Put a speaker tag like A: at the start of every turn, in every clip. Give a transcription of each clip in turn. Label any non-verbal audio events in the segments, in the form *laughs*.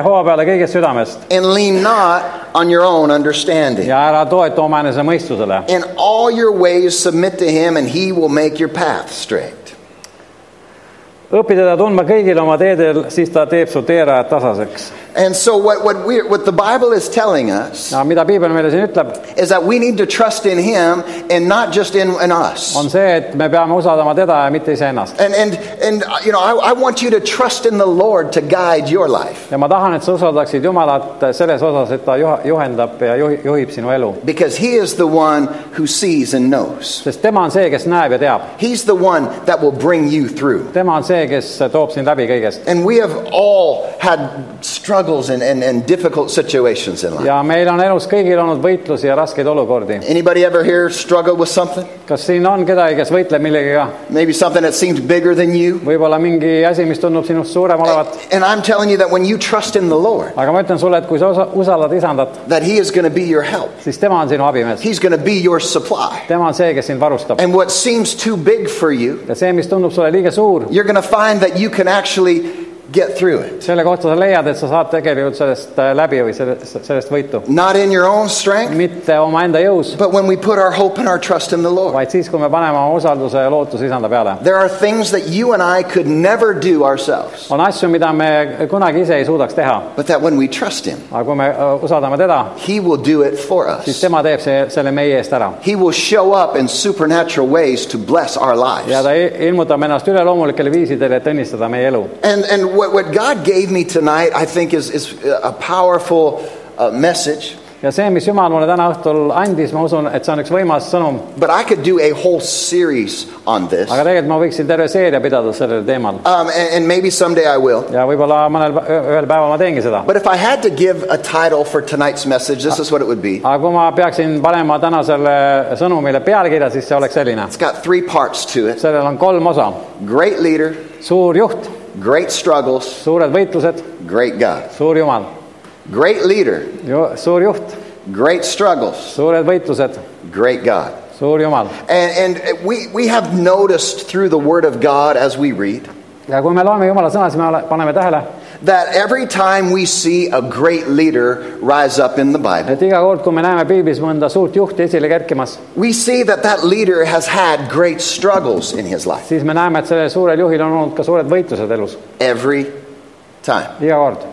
A: hoo peale kõigest südamest
B: and lean not on your own understanding.
A: ja ära toetu omaenese mõistusele .
B: In all your ways submit to him, and he will make your path straight.
A: õpi teda tundma kõigil oma teedel , siis ta teeb su teerajad tasaseks .
B: And so, what, what, we, what the Bible is telling us
A: no mida piibel meile siin ütleb ,
B: is that we need to trust in him and not just in, in us.
A: on see , et me peame usaldama teda ja mitte iseennast .
B: And, and, and uh, you know, I, I want you to trust in the Lord to guide your life
A: ja ma tahan , et sa usaldaksid Jumalat selles osas , et ta juha- juhendab ja juhi- juhib sinu elu ,
B: because he is the one who sees and knows.
A: sest tema on see , kes näeb ja teab .
B: He's the one that will bring you through.
A: tema on see , kes toob sind läbi kõigest
B: And we have all had struggles and, and, and difficult situations in life.
A: ja meil on elus kõigil olnud võitlusi ja raskeid olukordi .
B: Anybody ever here struggle with something?
A: kas siin on kedagi , kes võitleb millegagi ,
B: Maybe something that seems bigger than you?
A: võib-olla mingi asi , mis tundub sinust suurem olevat ,
B: And I'm telling you that when you trust in the Lord,
A: aga ma ütlen sulle , et kui sa osa- usaldad isandat ,
B: that he is going to be your help.
A: siis tema on sinu abimees ,
B: He's going to be your supply.
A: tema on see , kes sind varustab
B: And what seems too big for you,
A: ja see , mis tundub sulle liiga suur ,
B: you're going to find that you can actually get through it.
A: selle kohta sa leiad , et sa saad tegelikult sellest äh, läbi või sellest , sellest võitu .
B: Not in your own strength,
A: mitte omaenda jõus ,
B: but when we put our hope and our trust in the Lord.
A: vaid siis , kui me paneme oma usalduse ja lootuse isanda peale .
B: There are things that you and I could never do ourselves,
A: on asju , mida me kunagi ise ei suudaks teha ,
B: but that when we trust him,
A: aga kui me äh, usaldame teda ,
B: he will do it for
A: siis
B: us.
A: tema teeb see , selle meie eest ära .
B: He will show up in supernatural ways to bless our lives.
A: ja ta i- ilmutab ennast üleloomulikele viisidele , et õnnistada meie elu .
B: And, and what, what God gave me tonight, I think, is, is a powerful uh, message.
A: ja see , mis Jumal mulle täna õhtul andis , ma usun , et see on üks võimas sõnum ,
B: But I could do a whole series on this.
A: aga tegelikult ma võiksin terve seeria pidada sellel teemal
B: Um, and, and maybe someday I will.
A: ja võib-olla mõnel , ühel päeval ma teengi seda .
B: But if I had to give a title for tonight's message, this is what it would be.
A: aga kui ma peaksin panema tänasele sõnumile pealkirja , siis see oleks selline .
B: It's got three parts to it
A: sellel on kolm osa ,
B: great leader,
A: suur juht ,
B: great struggles,
A: suured võitlused ,
B: great God.
A: suur Jumal
B: Great leader,
A: ju, , suur juht ,
B: great struggles,
A: suured võitlused ,
B: great God.
A: suur Jumal .
B: And, and we, we have noticed through the Word of God as we read
A: ja kui me loeme Jumala sõna , siis me ole- paneme tähele ,
B: that every time we see a great leader rise up in the Bible,
A: et iga kord , kui me näeme piiblis mõnda suurt juhti esile kerkimas ,
B: we see that that leader has had great struggles in his life.
A: siis me näeme , et sellel suurel juhil on olnud ka suured võitlused elus ,
B: Every time.
A: iga kord .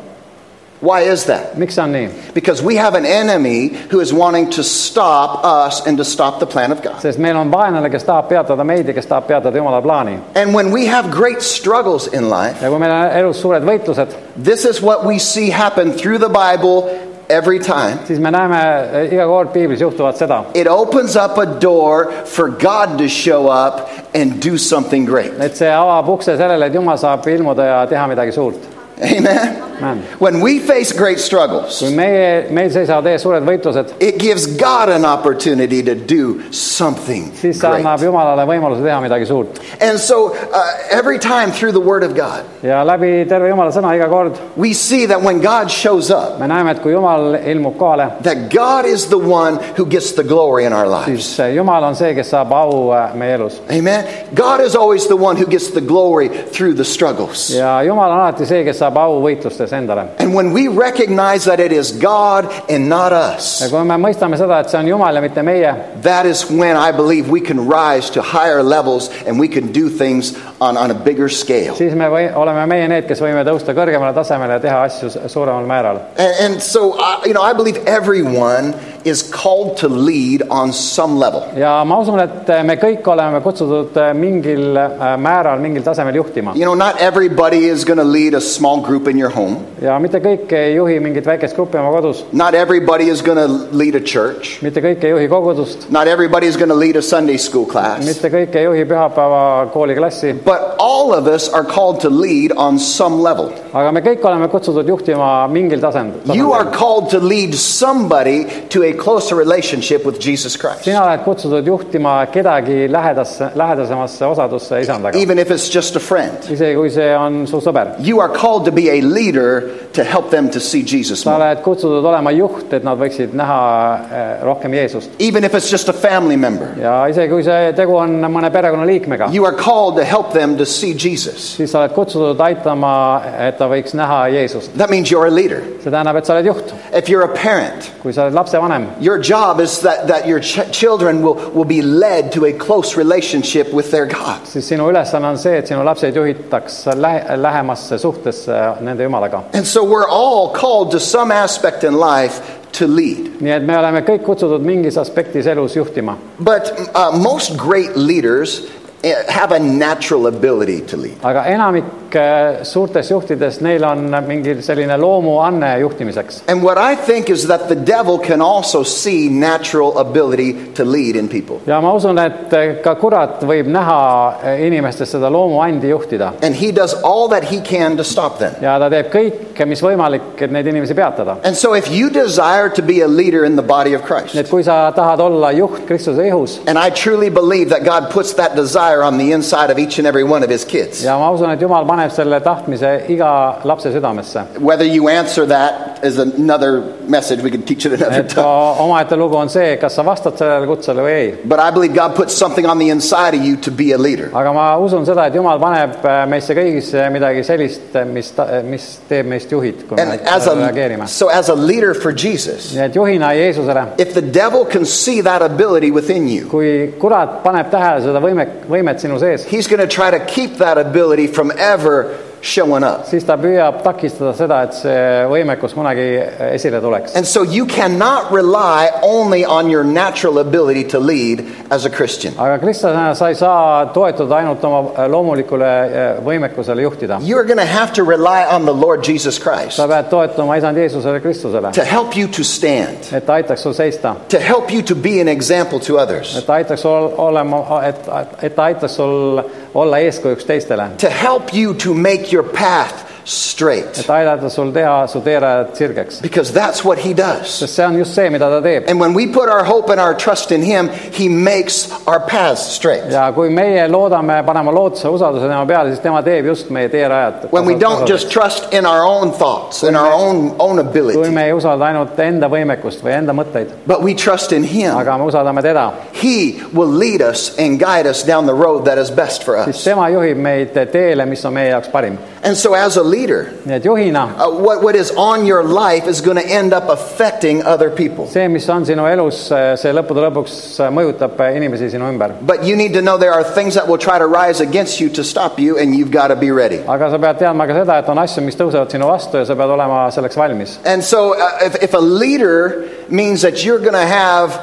B: Why is that?
A: miks see on nii ?
B: Because we have an enemy who is wanting to stop us and to stop the plan of God.
A: sest meil on vaenlane , kes tahab peatada meid ja kes tahab peatada Jumala plaani .
B: And when we have great struggles in life,
A: ja kui meil on elus suured võitlused ,
B: this is what we see happen through the Bible every time.
A: siis me näeme eh, iga kord piiblis juhtuvat seda ,
B: It opens up a door for God to show up and do something great.
A: et see avab ukse sellele , et Jumal saab ilmuda ja teha midagi suurt .
B: Amen.
A: Amen.
B: When we face great struggles,
A: kui meie , meil seisavad ees suured võitlused ,
B: it gives God an opportunity to do something
A: siis see annab
B: great.
A: Jumalale võimaluse teha midagi suurt .
B: And so, uh, every time through the Word of God,
A: ja läbi terve Jumala sõna iga kord
B: we see that when God shows up,
A: me näeme , et kui Jumal ilmub kohale ,
B: that God is the one who gets the glory in our
A: siis
B: lives.
A: Jumal on see , kes saab au eh, meie elus .
B: Amen. God is always the one who gets the glory through the struggles.
A: ja Jumal on alati see , kes saab au võitlustes endale .
B: And when we recognize that it is God and not
A: ja
B: us,
A: kui me mõistame seda , et see on Jumal ja mitte meie ,
B: that is when I believe we can rise to higher levels and we can do things on, on a bigger scale.
A: siis me või, oleme meie need , kes võime tõusta kõrgemale tasemele ja teha asju s- suuremal määral .
B: And, and so, I, you know, I believe everyone is called to lead on some level.
A: ja ma usun , et me kõik oleme kutsutud mingil äh, määral , mingil tasemel juhtima
B: You know, not everybody is going to lead a small group in your home.
A: ja mitte kõik ei juhi mingit väikest gruppi oma kodus ,
B: Not everybody is going to lead a church.
A: mitte kõik ei juhi kogudust ,
B: Not everybody's going to lead a Sunday school class,
A: mitte kõik ei juhi pühapäevakooli klassi ,
B: but all of us are called to lead on some level.
A: aga me kõik oleme kutsutud juhtima mingil tasand-
B: You
A: tasandil .
B: are called to lead somebody to a a closer relationship with Jesus Christ.
A: sina oled kutsutud juhtima kedagi lähedasse , lähedasemasse osadusse isandaga ,
B: Even if it's just a friend,
A: isegi kui see on su sõber .
B: you are called to be a leader to help them to see Jesus
A: sa
B: more.
A: oled kutsutud olema juht , et nad võiksid näha eh, rohkem Jeesust
B: Even if it's just a family member,
A: ja isegi kui see tegu on mõne perekonnaliikmega ,
B: you are called to help them to see Jesus.
A: siis sa oled kutsutud aitama , et ta võiks näha Jeesust .
B: That means you're a leader.
A: see tähendab , et sa oled juht ,
B: If you're a parent,
A: kui sa oled lapsevanem ,
B: your job is that, that your ch- children will, will be led to a close relationship with their God.
A: siis sinu ülesanne on see , et sinu lapsed juhitaks lähe, lähemasse suhtesse nende jumalaga .
B: And so we're all called to some aspect in life to lead.
A: nii et me oleme kõik kutsutud mingis aspektis elus juhtima ,
B: But uh, most great leaders eh, have a natural ability to lead.
A: aga enamik eh, suurtest juhtidest , neil on mingi selline loomuanne juhtimiseks .
B: And what I think is that the devil can also see natural ability to lead in people.
A: ja ma usun , et eh, ka kurat võib näha eh, inimestes seda loomuandi juhtida
B: And he does all that he can to stop them.
A: ja ta teeb kõike , mis võimalik , et neid inimesi peatada .
B: And so if you desire to be a leader in the body of
A: nii
B: Christ,
A: et kui sa tahad olla juht Kristuse ihus
B: and I truly believe that God puts that desire on the inside of each and every one of his kids.
A: ja ma usun , et Jumal paneb selle tahtmise iga lapse südamesse .
B: Whether you answer that is another message. We can teach it another
A: et
B: time.
A: o- omaette lugu on see , kas sa vastad sellele kutsele või ei .
B: But I believe God puts something on the inside of you to be a leader.
A: aga ma usun seda , et Jumal paneb eh, meisse kõigisse midagi sellist , mis , mis teeb meist juhid , kui
B: And
A: me
B: as
A: sellele reageerime
B: a, so as a leader for Jesus,
A: nii et juhina Jeesusele ,
B: if the devil can see that ability within you,
A: kui kurat paneb tähele seda võime , võimet sinu sees ,
B: he's going to try to keep that ability from ever showing up.
A: siis ta püüab takistada seda , et see võimekus kunagi äh, esile tuleks .
B: And so you cannot rely only on your natural ability to lead as a Christian.
A: aga kristlasena sa ei saa toetuda ainult oma äh, loomulikule eh, võimekusele juhtida .
B: You're going to have to rely on the Lord Jesus Christ
A: sa pead toetuma isand Jeesusele Kristusele ,
B: to help you to stand,
A: et ta aitaks sul seista ,
B: to help you to be an example to others,
A: et ta aitaks sul olema , et , et ta aitaks sul olla eeskujuks teistele ,
B: to help you to make your path straight.
A: et aidata sul teha su teerajad sirgeks .
B: Because that's what he does.
A: sest see on just see , mida ta teeb .
B: And when we put our hope and our trust in Him, He makes our paths straight.
A: ja kui meie loodame , paneme lootuse , usalduse tema peale , siis tema teeb just meie teerajad .
B: When we don't just trust in our own thoughts and our own own
A: kui
B: ability,
A: me ei usalda ainult enda võimekust või enda mõtteid ,
B: but we trust in Him,
A: aga me usaldame teda ,
B: He will lead us and guide us down the road that is best for
A: siis
B: us.
A: tema juhib meid teele , mis on meie jaoks parim .
B: And so, as a leader,
A: nii et juhina ,
B: uh, what, what is on your life is going to end up affecting other people.
A: see , mis on sinu elus , see lõppude lõpuks mõjutab inimesi sinu ümber .
B: But you need to know there are things that will try to rise against you to stop you, and you've got to be ready.
A: aga sa pead teadma ka seda , et on asju , mis tõusevad sinu vastu ja sa pead olema selleks valmis .
B: And so, uh, if, if a leader means that you're going to have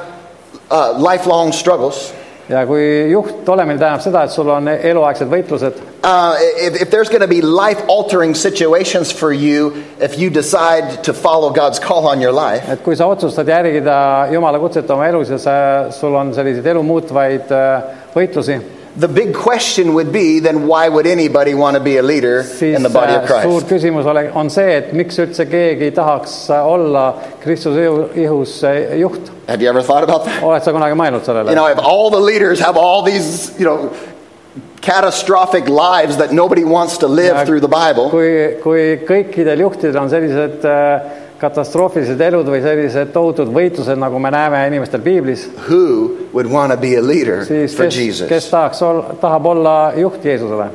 B: uh, lifelong struggles,
A: ja kui juht olemine tähendab seda , et sul on eluaegsed võitlused
B: uh, if, if there's going to be life altering situations for you if you decide to follow God's call on your life,
A: et kui sa otsustad järgida Jumala kutset oma elus ja sa , sul on selliseid elu muutvaid äh, võitlusi ,
B: the big question would be then why would anybody want to be a leader
A: siis
B: in the body of
A: äh, suur
B: Christ?
A: küsimus ole- on see , et miks üldse keegi tahaks olla Kristuse ihu- ihus äh, juht .
B: Have you ever thought about that?
A: oled sa kunagi mõelnud
B: You
A: sellele ?
B: know, if all the leaders have all these, you know, catastrophic lives that nobody wants to live
A: Yeah.
B: through the Bible,
A: kui , kui kõikidel juhtidel on sellised äh, katastroofilised elud või sellised tohutud võitlused , nagu me näeme inimestel piiblis ,
B: who would want to be a leader
A: siis
B: for
A: kes , kes
B: Jesus?
A: tahaks , tahab olla juht Jeesusele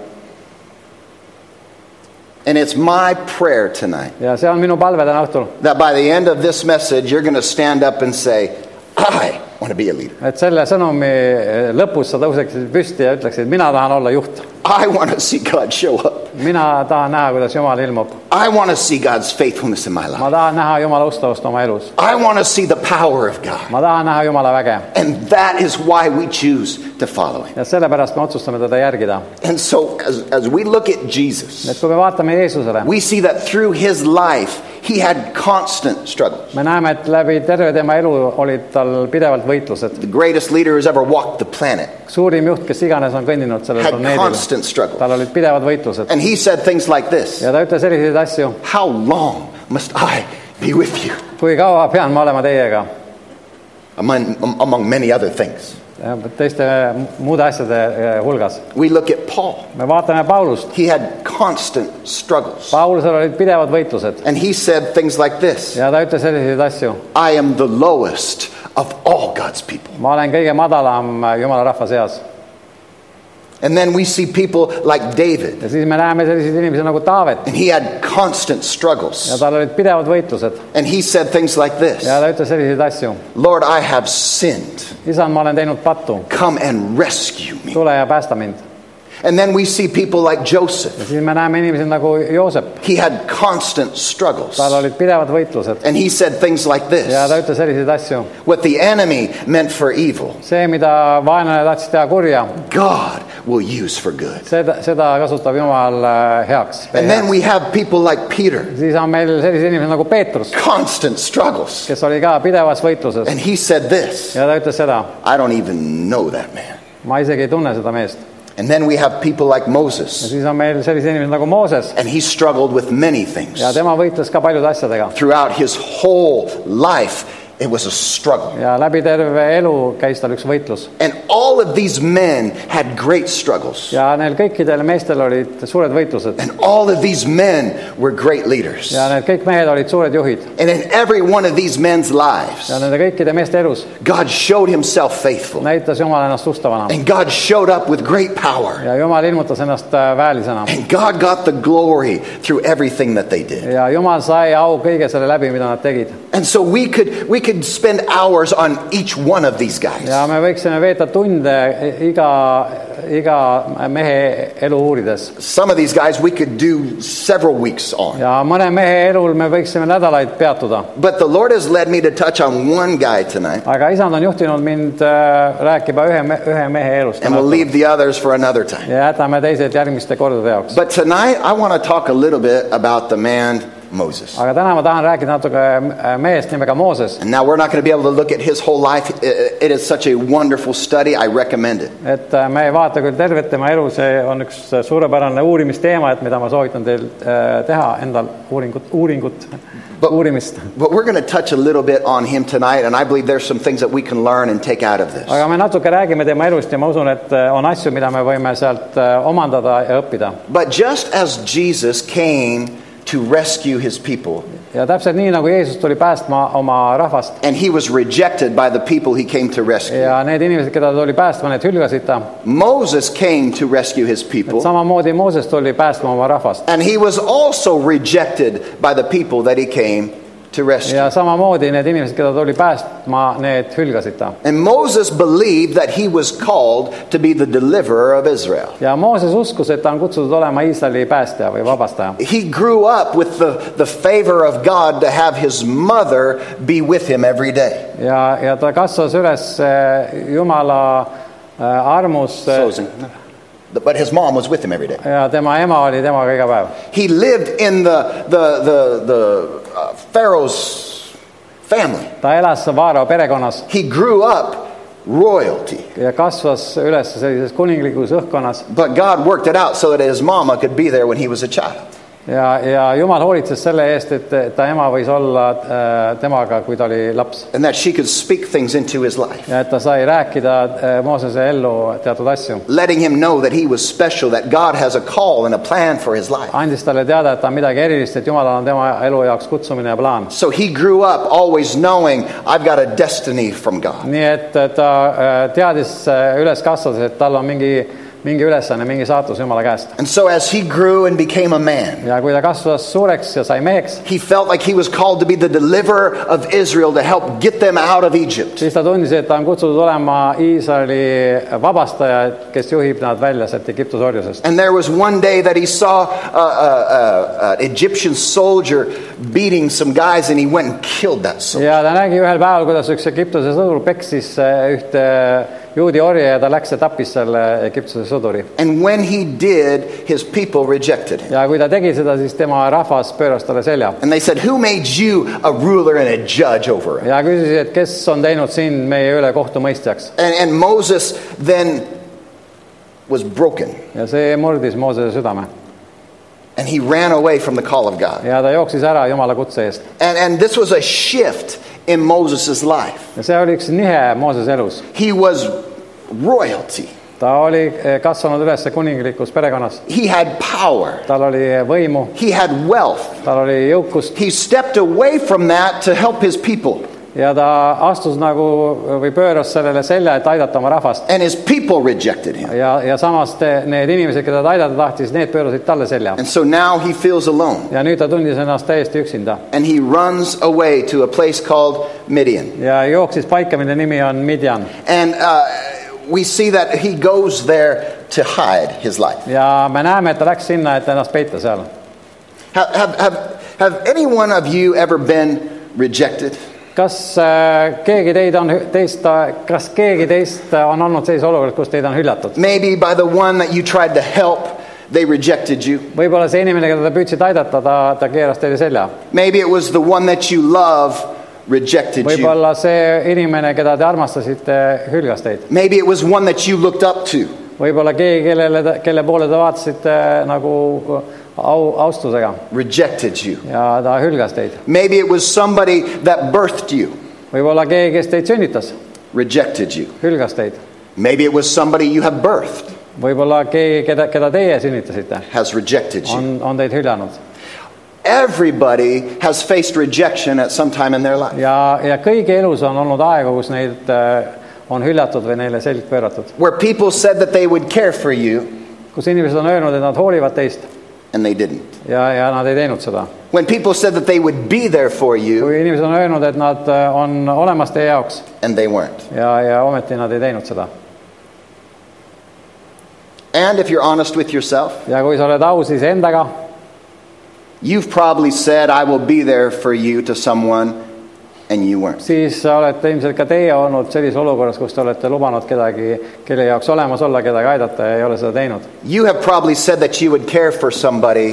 B: And it's my prayer tonight
A: ja see on minu palve täna õhtul
B: that by the end of this message, you're going to stand up and say, I want to be a leader.
A: et selle sõnumi äh, lõpus sa tõuseksid püsti ja ütleksid , mina tahan olla juht .
B: I want to see God show up.
A: mina tahan näha , kuidas Jumal ilmub .
B: I want to see God's faithfulness in my life.
A: ma tahan näha Jumala ustavust oma elus .
B: I want to see the power of God.
A: ma tahan näha Jumala väge
B: And that is why we choose to follow Him.
A: ja sellepärast me otsustame teda järgida .
B: And so, as, as we look at Jesus,
A: et kui me vaatame Jeesusele ,
B: we see that through His life, He had constant struggles.
A: me näeme , et läbi terve tema elu olid tal pidevalt võitlused .
B: The greatest leader who's ever walked the planet
A: suurim juht , kes iganes on kõndinud sellel
B: had
A: planeedil ,
B: constant struggles.
A: tal olid pidevad võitlused
B: And He said things like this
A: ja ta ütles selliseid asju ,
B: How long must I be with you?
A: kui kaua pean ma olema teiega ?
B: among, among many other things.
A: teiste muude asjade e, hulgas .
B: We look at Paul.
A: me vaatame Paulust .
B: He had constant struggles.
A: Paulusel olid pidevad võitlused
B: And he said things like this
A: ja ta ütles selliseid asju .
B: I am the lowest of all God's people.
A: ma olen kõige madalam jumala rahva seas .
B: And then we see people like David,
A: ja siis me näeme selliseid inimesi nagu Taavet
B: and he had constant
A: ja
B: struggles.
A: tal olid pidevad võitlused
B: And he said things like this
A: ja ta ütles selliseid asju .
B: Lord, I have sinned.
A: isand , ma olen teinud pattu ,
B: Come and rescue me.
A: tule ja päästa mind .
B: And then we see people like Joseph.
A: ja siis me näeme inimesi nagu Joosep ,
B: He had constant struggles.
A: tal olid pidevad võitlused
B: And he said things like
A: ja ta
B: this
A: ütles selliseid asju .
B: What the enemy meant for evil,
A: see , mida vaenlane tahtis teha kurja ,
B: God will use for good.
A: seda , seda kasutab Jumal äh, heaks .
B: And then we have people like Peter,
A: siis on meil sellised inimesed nagu Peetrus ,
B: constant struggles.
A: kes oli ka pidevas võitluses
B: And he said this
A: ja ta ütles seda ,
B: I don't even know that man.
A: ma isegi ei tunne seda meest .
B: And then we have people like
A: ja
B: Moses,
A: siis on meil sellised inimesed nagu Mooses
B: and he struggled with many things.
A: ja tema võitles ka paljude asjadega
B: Throughout his whole life, it was a struggle.
A: ja läbi terve elu käis tal üks võitlus
B: And all of these men had great struggles.
A: ja neil kõikidel meestel olid suured võitlused
B: And all of these men were great leaders.
A: ja need kõik mehed olid suured juhid
B: And in every one of these men's lives,
A: ja nende kõikide meeste elus
B: God showed himself faithful.
A: näitas Jumal ennast ustavana
B: And God showed up with great power.
A: ja Jumal ilmutas ennast äh, väelisena
B: And God got the glory through everything that they did.
A: ja Jumal sai au kõige selle läbi , mida nad tegid
B: And so we could we could spend hours on each one of these guys.
A: ja me võiksime veeta tunde iga , iga mehe elu uurides
B: Some of these guys we could do several weeks on.
A: ja mõne mehe elul me võiksime nädalaid peatuda ,
B: But the Lord has led me to touch on one guy tonight,
A: aga isand on juhtinud mind äh, rääkima ühe , ühe mehe elust
B: and we'll
A: ja
B: leave the others for another time.
A: jätame teised järgmiste kordade jaoks .
B: But tonight I want to talk a little bit about the man Moses.
A: aga täna ma tahan rääkida natuke äh, mehest nimega Mooses ,
B: And now we're not going to be able to look at his whole life. I- I- It is such a wonderful study. I recommend it.
A: et äh, me ei vaata küll tervet tema elu , see on üks äh, suurepärane uurimisteema , et mida ma soovitan teil äh, teha endal uuringut , uuringut , uurimist .
B: But we're going to touch a little bit on him tonight, and I believe there's some things that we can learn and take out of this.
A: aga me natuke räägime tema elust ja ma usun , et äh, on asju , mida me võime sealt äh, omandada ja õppida .
B: But just as Jesus came to rescue his people,
A: ja täpselt nii , nagu Jeesus tuli päästma oma rahvast
B: and he was rejected by the people he came to rescue,
A: ja need inimesed , keda ta tuli päästma , need hülgasid ta .
B: Moses came to rescue his people,
A: samamoodi Mooses tuli päästma oma rahvast
B: and he was also rejected by the people that he came to rescue.
A: ja samamoodi need inimesed , keda ta tuli päästma , need hülgasid ta .
B: And Moses believed that he was called to be the deliverer of Israel.
A: ja Mooses uskus , et ta on kutsutud olema Iisraeli päästja või vabastaja .
B: He grew up with the, the favor of God to have his mother be with him every day.
A: ja , ja ta kasvas üles äh, Jumala äh, armus äh,
B: closing. But his mom was with him every day.
A: ja tema ema oli temaga iga päev .
B: He lived in the, the, the, the uh, Pharaoh's family.
A: ta elas Vaaro perekonnas
B: He grew up royalty.
A: ja kasvas üles sellises kuninglikus õhkkonnas
B: But God worked it out so that his mama could be there when he was a child.
A: ja , ja Jumal hoolitses selle eest , et ta ema võis olla äh, temaga , kui ta oli laps .
B: And that she could speak things into his life,
A: ja et ta sai rääkida äh, Moosese ellu teatud asju .
B: letting him know that he was special, that God has a call and a plan for his life.
A: andis talle teada , et ta on midagi erilist , et Jumalal on tema elu jaoks kutsumine ja plaan .
B: So he grew up always knowing, I've got a destiny from God.
A: nii et äh, ta äh, teadis äh, üles kasvades , et tal on mingi , mingi ülesanne , mingi saatus Jumala käest .
B: And so as he grew and became a man,
A: ja kui ta kasvas suureks ja sai meheks ,
B: He felt like he was called to be the deliverer of Israel to help get them out of Egypt.
A: siis ta tundis , et ta on kutsutud olema Iisraeli vabastaja , kes juhib nad välja sealt Egiptuse orjusest .
B: And there was one day that he saw uh, uh, uh, an Egyptian soldier beating some guys, and he went and killed that soldier.
A: ja ta nägi ühel päeval , kuidas üks Egiptuse sõdur peksis äh, ühte juudi orja ja ta läks ja tappis selle Egiptuse sõduri .
B: And when he did, his people rejected him.
A: ja kui ta tegi seda , siis tema rahvas pööras talle selja
B: And they said, Who made you a ruler and a judge over us?
A: ja küsis , et kes on teinud sind meie üle kohtumõistjaks
B: And, and Moses then was broken,
A: ja see murdis Moosese südame
B: and he ran away from the call of God.
A: ja ta jooksis ära Jumala kutse eest
B: And, and this was a shift in Moses' life.
A: ja see oli üks nihe Moosese elus .
B: He was royalty,
A: ta oli eh, kasvanud üles kuninglikus perekonnas ,
B: he had power,
A: tal oli võimu ,
B: he had wealth.
A: tal oli jõukust
B: He stepped away from that to help his people,
A: ja ta astus nagu või pööras sellele selja , et aidata oma rahvast .
B: and his people rejected him.
A: ja , ja samas te, need inimesed , keda ta aidata tahtis , need pöörasid talle selja .
B: And so now he feels alone,
A: ja nüüd ta tundis ennast täiesti üksinda
B: and he runs away to a place called Midian.
A: ja jooksis paika , mille nimi on Midjan
B: And uh, we see that he goes there to hide his life.
A: ja me näeme , et ta läks sinna , et ennast peita seal .
B: Have, have, have, have any one of you ever been rejected?
A: kas äh, keegi teid on , teist , kas keegi teist on olnud sellises olukorras , kus teid on hüljatud ?
B: Maybe by the one that you tried to help, they rejected you.
A: võib-olla see inimene , keda te püüdsite aidata , ta , ta keeras teile selja .
B: Maybe it was the one that you love rejected you.
A: võib-olla see inimene , keda te armastasite , hülgas teid .
B: Maybe it was one that you looked up to.
A: võib-olla keegi , kellele , kelle poole te vaatasite nagu au , austusega
B: rejected you.
A: ja ta hülgas teid .
B: Maybe it was somebody that birthed you,
A: võib-olla keegi , kes teid sünnitas ,
B: rejected you.
A: hülgas teid .
B: Maybe it was somebody you have birthed,
A: võib-olla keegi , keda , keda teie sünnitasite ,
B: has rejected you.
A: on , on teid hüljanud
B: Everybody has faced rejection at some time in their life.
A: ja , ja kõigi elus on olnud aegu , kus neid äh, on hüljatud või neile selg pööratud ,
B: Where people said that they would care for you
A: kus inimesed on öelnud , et nad hoolivad teist
B: and they didn't.
A: ja , ja nad ei teinud seda .
B: When people said that they would be there for you
A: kui inimesed on öelnud , et nad äh, on olemas teie jaoks
B: and they weren't.
A: ja , ja ometi nad ei teinud seda .
B: And if you're honest with yourself,
A: ja kui sa oled aus iseendaga ,
B: you've probably said, I will be there for you to someone and you weren't.
A: siis olete ilmselt ka teie olnud sellises olukorras , kus te olete lubanud kedagi , kelle jaoks olemas olla , kedagi aidata ja ei ole seda teinud .
B: You have probably said that you would care for somebody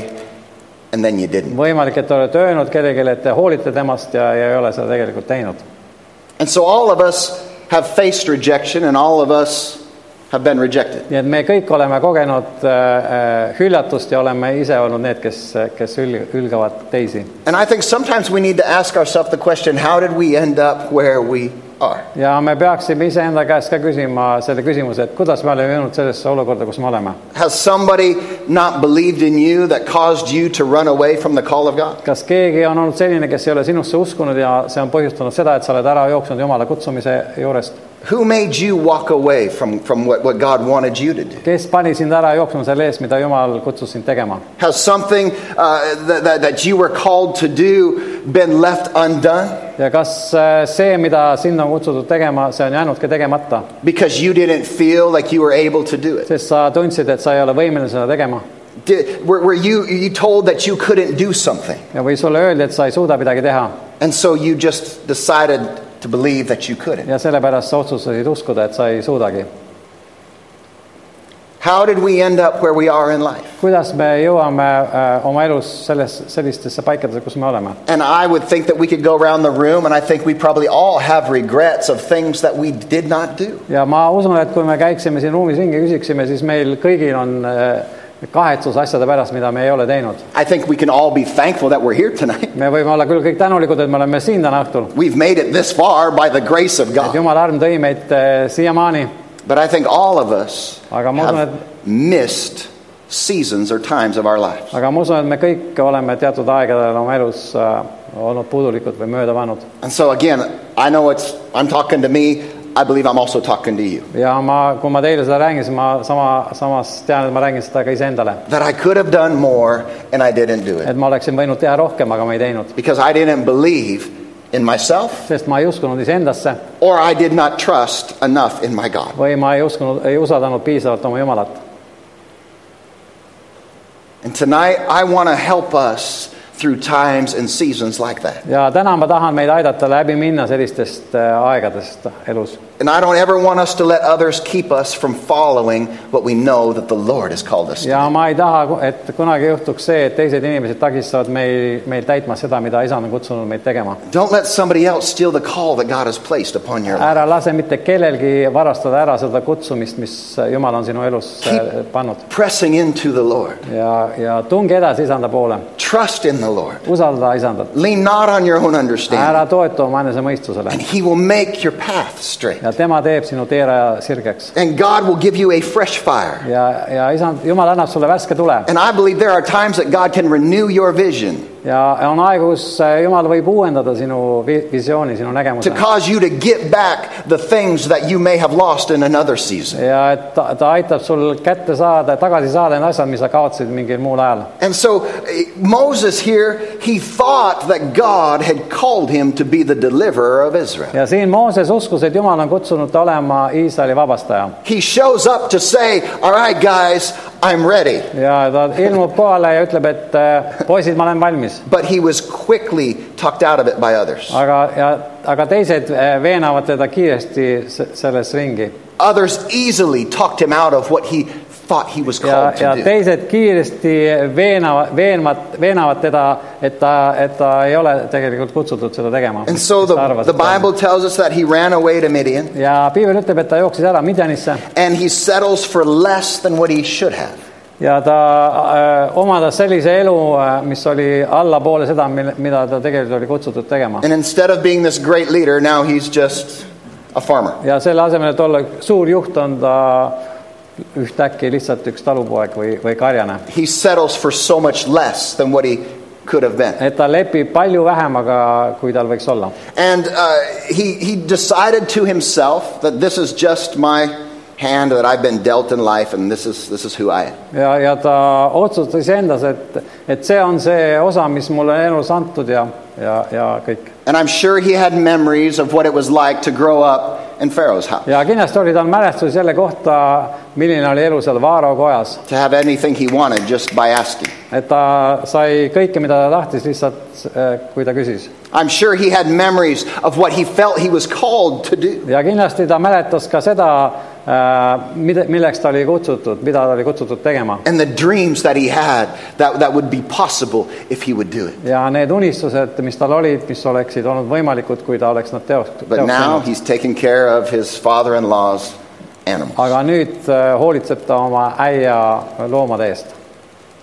B: and then you didn't.
A: võimalik , et te olete öelnud kellelegi , et te hoolite temast ja , ja ei ole seda tegelikult teinud
B: And so all of us have faced rejection and all of us have been rejected.
A: nii et me kõik oleme kogenud äh, äh, hüljatust ja oleme ise olnud need , kes , kes hül- , hülgavad teisi .
B: And I think sometimes we need to ask ourselves the question how did we end up where we are?
A: ja me peaksime iseenda käest ka küsima selle küsimuse , et kuidas me oleme jõudnud sellesse olukorda , kus me oleme .
B: Has somebody not believed in you that caused you to run away from the call of God?
A: kas keegi on olnud selline , kes ei ole sinusse uskunud ja see on põhjustanud seda , et sa oled ära jooksnud Jumala kutsumise juurest ?
B: Who made you walk away from, from what, what God wanted you to do?
A: kes pani sind ära jooksma selle eest , mida Jumal kutsus sind tegema ?
B: Has something uh, that, that, that you were called to do been left undone
A: ja kas äh, see , mida sind on kutsutud tegema , see on jäänudki tegemata ,
B: because you didn't feel like you were able to do it?
A: sest sa tundsid , et sa ei ole võimeline seda tegema ?
B: Did, were, were you, you told that you couldn't do something?
A: ja või sulle öeldi , et sa ei suuda midagi teha
B: And so you just decided to believe that you couldn't.
A: ja sellepärast sa otsustasid uskuda , et sa ei suudagi .
B: How did we end up where we are in life?
A: kuidas me jõuame äh, oma elus selles , sellistesse paikadesse , kus me oleme ?
B: And I would think that we could go around the room, and I think we probably all have regrets of things that we did not do.
A: ja ma usun , et kui me käiksime siin ruumis ringi , küsiksime , siis meil kõigil on äh, kahetsus asjade pärast , mida me ei ole teinud .
B: I think we can all be thankful that we're here tonight.
A: me võime olla küll kõik tänulikud , et me oleme siin täna õhtul .
B: We've made it this far by the grace of God.
A: jumala arm tõi meid äh, siiamaani ,
B: But I think all of us
A: Aga ma usun,
B: have missed seasons or times of our lives.
A: aga ma usun , et me kõik oleme teatud aegadel oma elus äh, olnud puudulikud või mööda pannud .
B: And so, again, I know it's, I'm talking to me. I believe I'm also talking to you.
A: ja ma , kui ma teile seda räägin , siis ma sama , samas tean , et ma räägin seda ka iseendale
B: That I could have done more, and I didn't do it.
A: et ma oleksin võinud teha rohkem , aga ma ei teinud ,
B: because I didn't believe in myself
A: sest ma ei uskunud iseendasse
B: or I did not trust enough in my God.
A: või ma ei uskunud , ei usaldanud piisavalt oma Jumalat .
B: And tonight I want to help us through times and seasons like that.
A: ja täna ma tahan meid aidata läbi minna sellistest äh, aegadest elus
B: And I don't ever want us to let others keep us from following what we know that the Lord has called us to.
A: ja ma ei taha , et kunagi juhtuks see , et teised inimesed takistavad meil , meil täitma seda , mida Isand on kutsunud meid tegema .
B: Don't let somebody else steal the call that God has placed upon your life.
A: ära lase mitte kellelgi varastada ära seda kutsumist , mis Jumal on sinu elus äh, pannud
B: Pressing into the Lord.
A: ja , ja tunge edasi Isanda poole ,
B: Trust in the the Lord.
A: usalda isandat ,
B: Lean not on your own understanding,
A: ära toetu oma enese mõistusele
B: and He will make your path straight.
A: ja tema teeb sinu teeraja sirgeks
B: And God will give you a fresh fire.
A: ja , ja isand , Jumal annab sulle värske tule
B: And I believe there are times that God can renew your vision
A: ja on aegu , kus äh, Jumal võib uuendada sinu vi- visiooni , sinu nägemuse
B: to cause you to get back the things that you may have lost in another season.
A: ja et ta, ta aitab sul kätte saada , tagasi saada need asjad , mis sa kaotasid mingil muul ajal .
B: And so eh, Moses here, he thought that God had called him to be the deliverer of Israel.
A: ja siin Mooses uskus , et Jumal on kutsunud ta olema Iisraeli vabastaja
B: He shows up to say, All right, guys, I'm ready.
A: ja ta ilmub kohale ja ütleb , et äh, poisid , ma olen valmis ,
B: But he was quickly talked out of it by others.
A: aga , ja aga teised äh, veenavad teda kiiresti se- selles ringi
B: Others easily talked him out of what he thought he was
A: ja
B: called ,
A: ja
B: to do.
A: teised kiiresti veenavad , veenvad , veenavad teda , et ta , et ta ei ole tegelikult kutsutud seda tegema .
B: And so the, the Bible tells us that he ran away to Midian
A: ja piibel ütleb , et ta jooksis ära Midjanisse
B: and he settles for less than what he should have.
A: ja ta äh, omadas sellise elu , mis oli allapoole seda , mille , mida ta tegelikult oli kutsutud tegema .
B: And instead of being this great leader, now he's just a farmer.
A: ja selle asemel , et olla üks suur juht , on ta ühtäkki lihtsalt üks talupoeg või , või karjane .
B: He settles for so much less than what he could have been.
A: et ta lepib palju vähemaga , kui tal võiks olla .
B: And uh, he, he decided to himself that this is just my hand that I've been dealt in life, and this is, this is who I am.
A: ja , ja ta otsustas endas , et , et see on see osa , mis mulle on elus antud ja , ja , ja kõik .
B: And I'm sure he had memories of what it was like to grow up in Pharaoh's house,
A: ja kindlasti oli tal mälestus selle kohta , milline oli elu seal Vaaro kojas ,
B: to have anything he wanted just by asking.
A: et ta sai kõike , mida ta tahtis , lihtsalt eh, kui ta küsis .
B: I'm sure he had memories of what he felt he was called to do.
A: ja kindlasti ta mäletas ka seda , mida , milleks ta oli kutsutud , mida ta oli kutsutud tegema
B: And the dreams that he had that, that would be possible if he would do it.
A: ja need unistused , mis tal olid , mis oleksid olnud võimalikud , kui ta oleks nad teoks ,
B: But
A: teoks
B: now
A: teinud .
B: he's taking care of his father in law's animals.
A: aga nüüd eh, hoolitseb ta oma äia loomade eest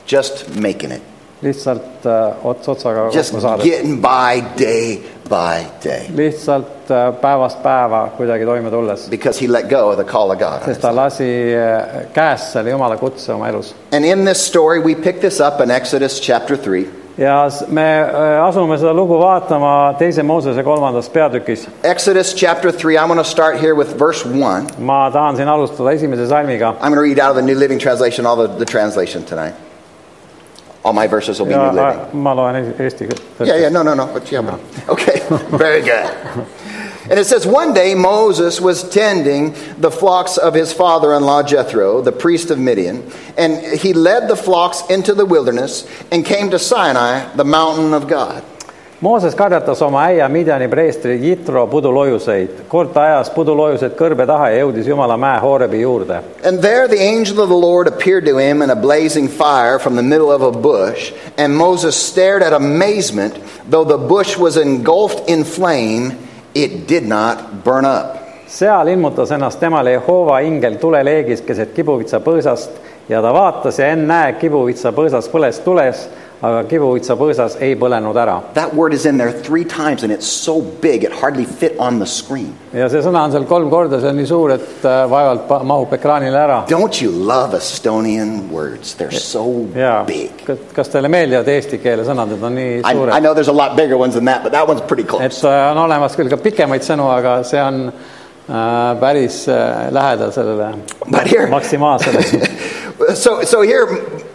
B: Just making it.
A: lihtsalt äh, ots otsaga
B: Just
A: kokku saada ,
B: getting by day by day.
A: lihtsalt äh, päevast päeva kuidagi toime tulles ,
B: because he let go of the call of
A: sest
B: God.
A: ta lasi äh, käest selle Jumala kutse oma elus .
B: And in this story, we pick this up in Exodus chapter 3.
A: ja s- me äh, asume seda lugu vaatama teise Moosese kolmandas peatükis .
B: Exodus chapter 3, I'm going to start here with verse 1.
A: ma tahan siin alustada esimese salmiga
B: I'm going to read out of the New Living Translation, all the, the translation tonight. All my verses will be
A: ja
B: New Living.
A: äh, ma loen es- eesti keelt
B: Yeah, yeah, no, no, no. But yeah, but- okay, *laughs* very good. And it says, One day Moses was tending the flocks of his father in law Jethro, the priest of Midian, and he led the flocks into the wilderness and came to Sinai, the mountain of God.
A: Mooses karjatas oma äia Midjani preestri Jitro pudulojuseid . kord ta ajas pudulojused kõrbe taha ja jõudis Jumala mäe Hoorebi juurde
B: And there the angel of the Lord appeared to him in a blazing fire from the middle of a bush. And Moses stared at amazement, though the bush was engulfed in flame, it did not burn up.
A: seal ilmutas ennast temale Jehova ingel tuleleegis keset kibuvitsa põõsast ja ta vaatas ja ennäe , kibuvitsa põõsas põles tules , aga kibuvitsa põõsas ei põlenud ära .
B: That word is in there three times and it's so big it hardly fit on the screen.
A: ja see sõna on seal kolm korda , see on nii suur , et äh, vaevalt pa- mahub ekraanile ära .
B: Don't you love Estonian words? They're so
A: jaa ,
B: big.
A: kas teile meeldivad eesti keele sõnad , need on nii
B: I, I
A: suured ?
B: know there's a lot bigger ones than that, but that one's pretty close.
A: et äh, on olemas küll ka pikemaid sõnu , aga see on äh, päris äh, lähedal sellele
B: But here,
A: maksimaalsele .
B: so, so here,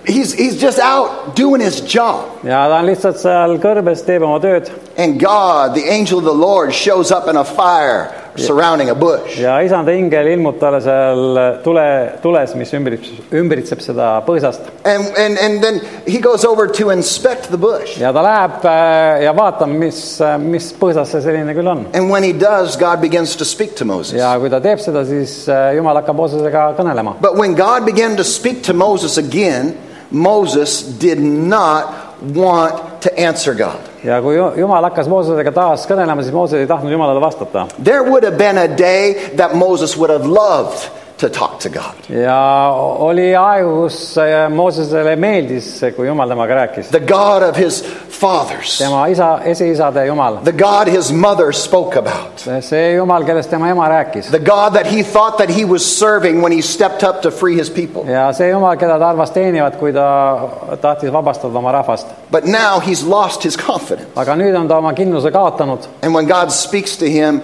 B: he's, he's just out doing his job.
A: *laughs* ja ta on lihtsalt seal kõrbes , teeb oma tööd
B: And God, the angel of the Lord, shows up in a fire surrounding a bush.
A: ja isanda ingel ilmub talle seal tule , tules , mis ümbritseb , ümbritseb seda põõsast
B: And, and, and then he goes over to inspect the bush.
A: ja ta läheb äh, ja vaatab , mis , mis põõsas see selline küll on .
B: And when he does, God begins to speak to Moses.
A: ja kui ta teeb seda , siis äh, jumal hakkab Moosesega kõnelema .
B: But when God began to speak to Moses again, Moses did not want to answer God.
A: ja kui Ju- jumal hakkas Moosesega taas kõnelema , siis Mooses ei tahtnud jumalale vastata .
B: There would have been a day that Moses would have loved to talk to God.
A: ja oli aeg , kus äh, Moosesele meeldis , kui Jumal temaga rääkis .
B: The God of his fathers,
A: tema isa , esiisade Jumal ,
B: the God his mother spoke about,
A: see Jumal , kellest tema ema rääkis
B: the God that he thought that he was serving when he stepped up to free his people.
A: ja see Jumal , keda ta arvas teenivat , kui ta tahtis vabastada oma rahvast .
B: But now he's lost his confidence.
A: aga nüüd on ta oma kindluse kaotanud
B: And when God speaks to him,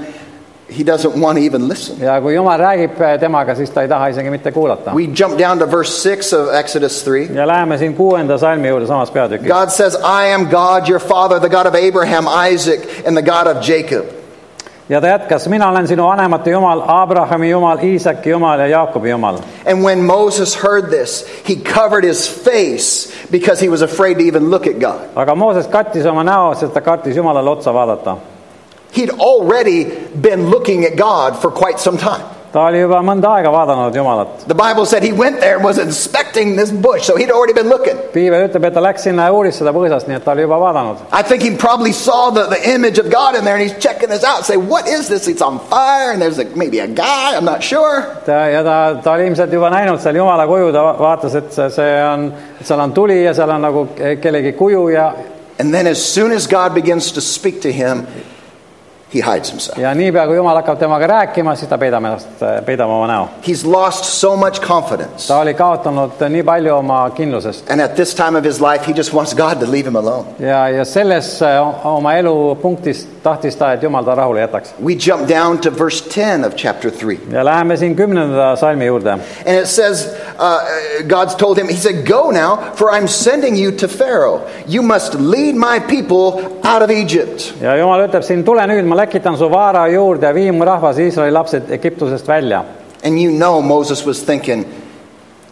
B: he doesn't want to even listen.
A: ja kui Jumal räägib äh, temaga , siis ta ei taha isegi mitte kuulata .
B: We jump down to verse 6 of Exodus 3.
A: ja läheme siin kuuenda salmi juurde samas peatükis .
B: God says, I am God, your father, the God of Abraham, Isaac, and the God of Jacob.
A: ja ta jätkas , mina olen sinu vanemate Jumal , Abrahami Jumal , Iisaki Jumal ja Jaakobi Jumal .
B: And when Moses heard this, he covered his face because he was afraid to even look at God.
A: aga Mooses kattis oma näo , sest ta kartis Jumalale otsa vaadata .
B: He'd already been looking at God for quite some time.
A: ta oli juba mõnda aega vaadanud Jumalat .
B: The Bible said he went there and was inspecting this bush, so he'd already been looking.
A: piibel ütleb , et ta läks sinna ja uuris seda põõsast , nii et ta oli juba vaadanud .
B: I think he probably saw the, the image of God in there and he's checking this out. Say, what is this? It's on fire and there's a, maybe a guy, I'm not sure.
A: ta ja ta , ta oli ilmselt juba näinud seal Jumala kuju , ta va- vaatas , et see- see on , seal on tuli ja seal on nagu kellegi kuju ja ,
B: And then as soon as God begins to speak to him, he hides himself.
A: ja niipea , kui Jumal hakkab temaga rääkima , siis ta peidab ennast , peidab oma näo .
B: He's lost so much confidence.
A: ta oli kaotanud nii palju oma kindlusest
B: And at this time of his life, he just wants God to leave him alone.
A: ja , ja selles äh, oma elupunktis tahtis ta , et Jumal ta rahule jätaks .
B: We jump down to verse 10 of chapter 3.
A: ja läheme siin kümnenda salmi juurde
B: And it says, uh, God's told him, He said, Go now, for I'm sending you to Pharaoh. You must lead my people out of Egypt.
A: ja Jumal ütleb siin , tule nüüd , ma läkitan su vaara juurde ja vii mu rahvas Iisraeli lapsed Egiptusest välja .
B: And you know, Moses was thinking,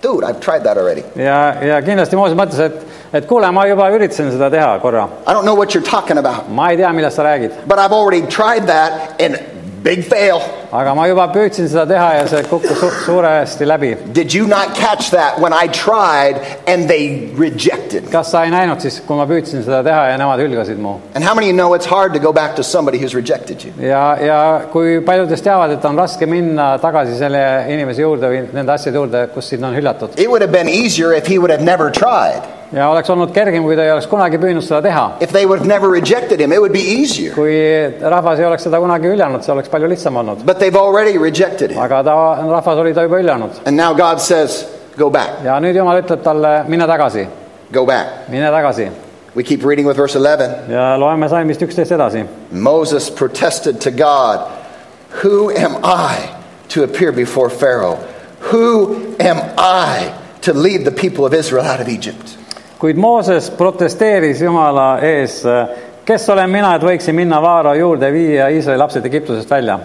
B: Dude, I've tried that already.
A: ja , ja kindlasti Mooses mõtles , et , et kuule , ma juba üritasin seda teha korra .
B: I don't know what you're talking about,
A: ma ei tea , millest sa räägid ,
B: but I've already tried that and big fail.
A: aga ma juba püüdsin seda teha ja see kukkus su suuresti läbi .
B: Did you not catch that when I tried and they rejected me?
A: kas sa ei näinud siis , kui ma püüdsin seda teha ja nemad hülgasid mu ?
B: And how many of you know it's hard to go back to somebody who's rejected you?
A: ja , ja kui paljud teist teavad , et on raske minna tagasi selle inimese juurde või nende asjade juurde , kus sind on hüljatud
B: It would have been easier if he would have never tried.
A: ja oleks olnud kergem , kui ta ei oleks kunagi püüdnud seda teha
B: If they would have never rejected him, it would be easier.
A: kui rahvas ei oleks seda kunagi hüljanud , see oleks palju lihtsam olnud .
B: But they've already rejected him.
A: aga ta , rahvas oli ta juba hüljanud
B: And now God says, Go back,
A: ja nüüd Jumal ütleb talle , mine tagasi ,
B: go back.
A: mine tagasi
B: We keep reading with verse 11.
A: ja loeme salmist üksteist edasi .
B: Moses protested to God, Who am I to appear before Pharaoh? Who am I to lead the people of Israel out of Egypt?
A: kuid Mooses protesteeris Jumala ees , kes olen mina , et võiksin minna vaara juurde viia Iisraeli lapsed Egiptusest välja .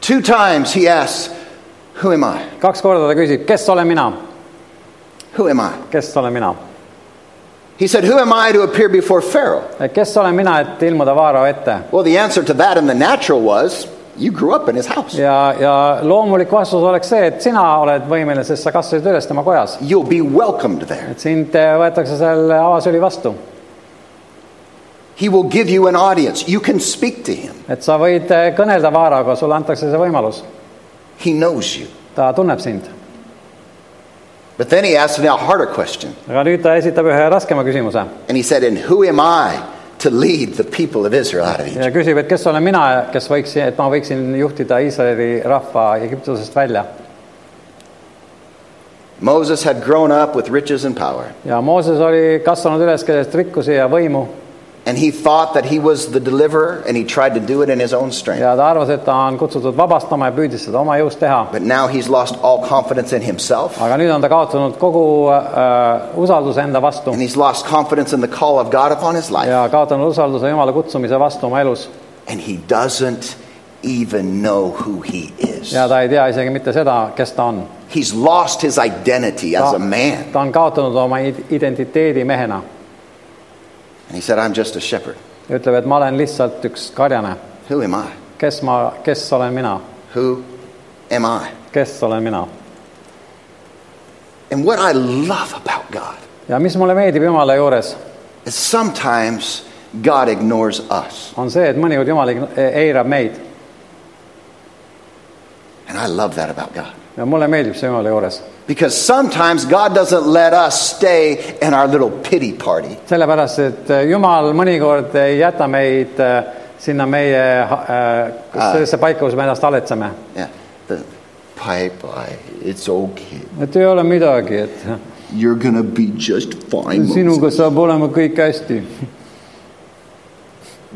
B: Two times he asks, Who am I?
A: kaks korda ta küsib , kes olen mina ,
B: Who am I?
A: kes olen mina ,
B: He said, Who am I to appear before Pharaoh?
A: kes olen mina , et ilmuda vaara ette
B: Well, the answer to that in the natural was, You grew up in his house.
A: ja , ja loomulik vastus oleks see , et sina oled võimeline , sest sa kasvasid üles tema kojas .
B: You'll be welcomed there.
A: et sind eh, võetakse seal avasüli vastu ,
B: He will give you an audience. You can speak to him.
A: et sa võid eh, kõnelda vaaraga , sulle antakse see võimalus .
B: He knows you.
A: ta tunneb sind .
B: But then he asks now a harder question.
A: aga nüüd ta esitab ühe raskema küsimuse
B: And he said, And who am I to lead the people of Israel out of Egypt?
A: ja küsib , et kes olen mina , kes võiks , et ma võiksin juhtida Iisraeli rahva Egiptusest välja .
B: Moses had grown up with riches and power,
A: ja Mooses oli kasvanud üles keset rikkusi ja võimu
B: and he thought that he was the deliverer, and he tried to do it in his own strength.
A: ja ta arvas , et ta on kutsutud vabastama ja püüdis seda oma jõust teha .
B: But now he's lost all confidence in himself,
A: aga nüüd on ta kaotanud kogu äh, usalduse enda vastu
B: and he's lost confidence in the call of God upon his life,
A: ja kaotanud usalduse Jumala kutsumise vastu oma elus
B: and he doesn't even know who he is.
A: ja ta ei tea isegi mitte seda , kes ta on
B: He's lost his identity as a man.
A: ta on kaotanud oma id- identiteedi mehena .
B: And he said, I'm just a shepherd.
A: ütleb , et ma olen lihtsalt üks karjane .
B: Who am I?
A: kes ma , kes olen mina ,
B: Who am I?
A: kes olen mina ?
B: And what I love about God
A: ja mis mulle meeldib Jumala juures ,
B: is sometimes God ignores us.
A: e-, on see , et mõnikord Jumal ign- eirab meid .
B: And And I love that about God.
A: ja mulle meeldib see Jumala juures .
B: Because sometimes God doesn't let us stay in our little pity party.
A: sellepärast , et e, Jumal mõnikord ei jäta meid äh, sinna meie äh, sellesse paika , kus me ennast haletseme .
B: Yeah. The bye bye. It's okay.
A: et ei ole midagi , et *laughs*
B: You're going to be just fine.
A: sinuga saab olema kõik hästi .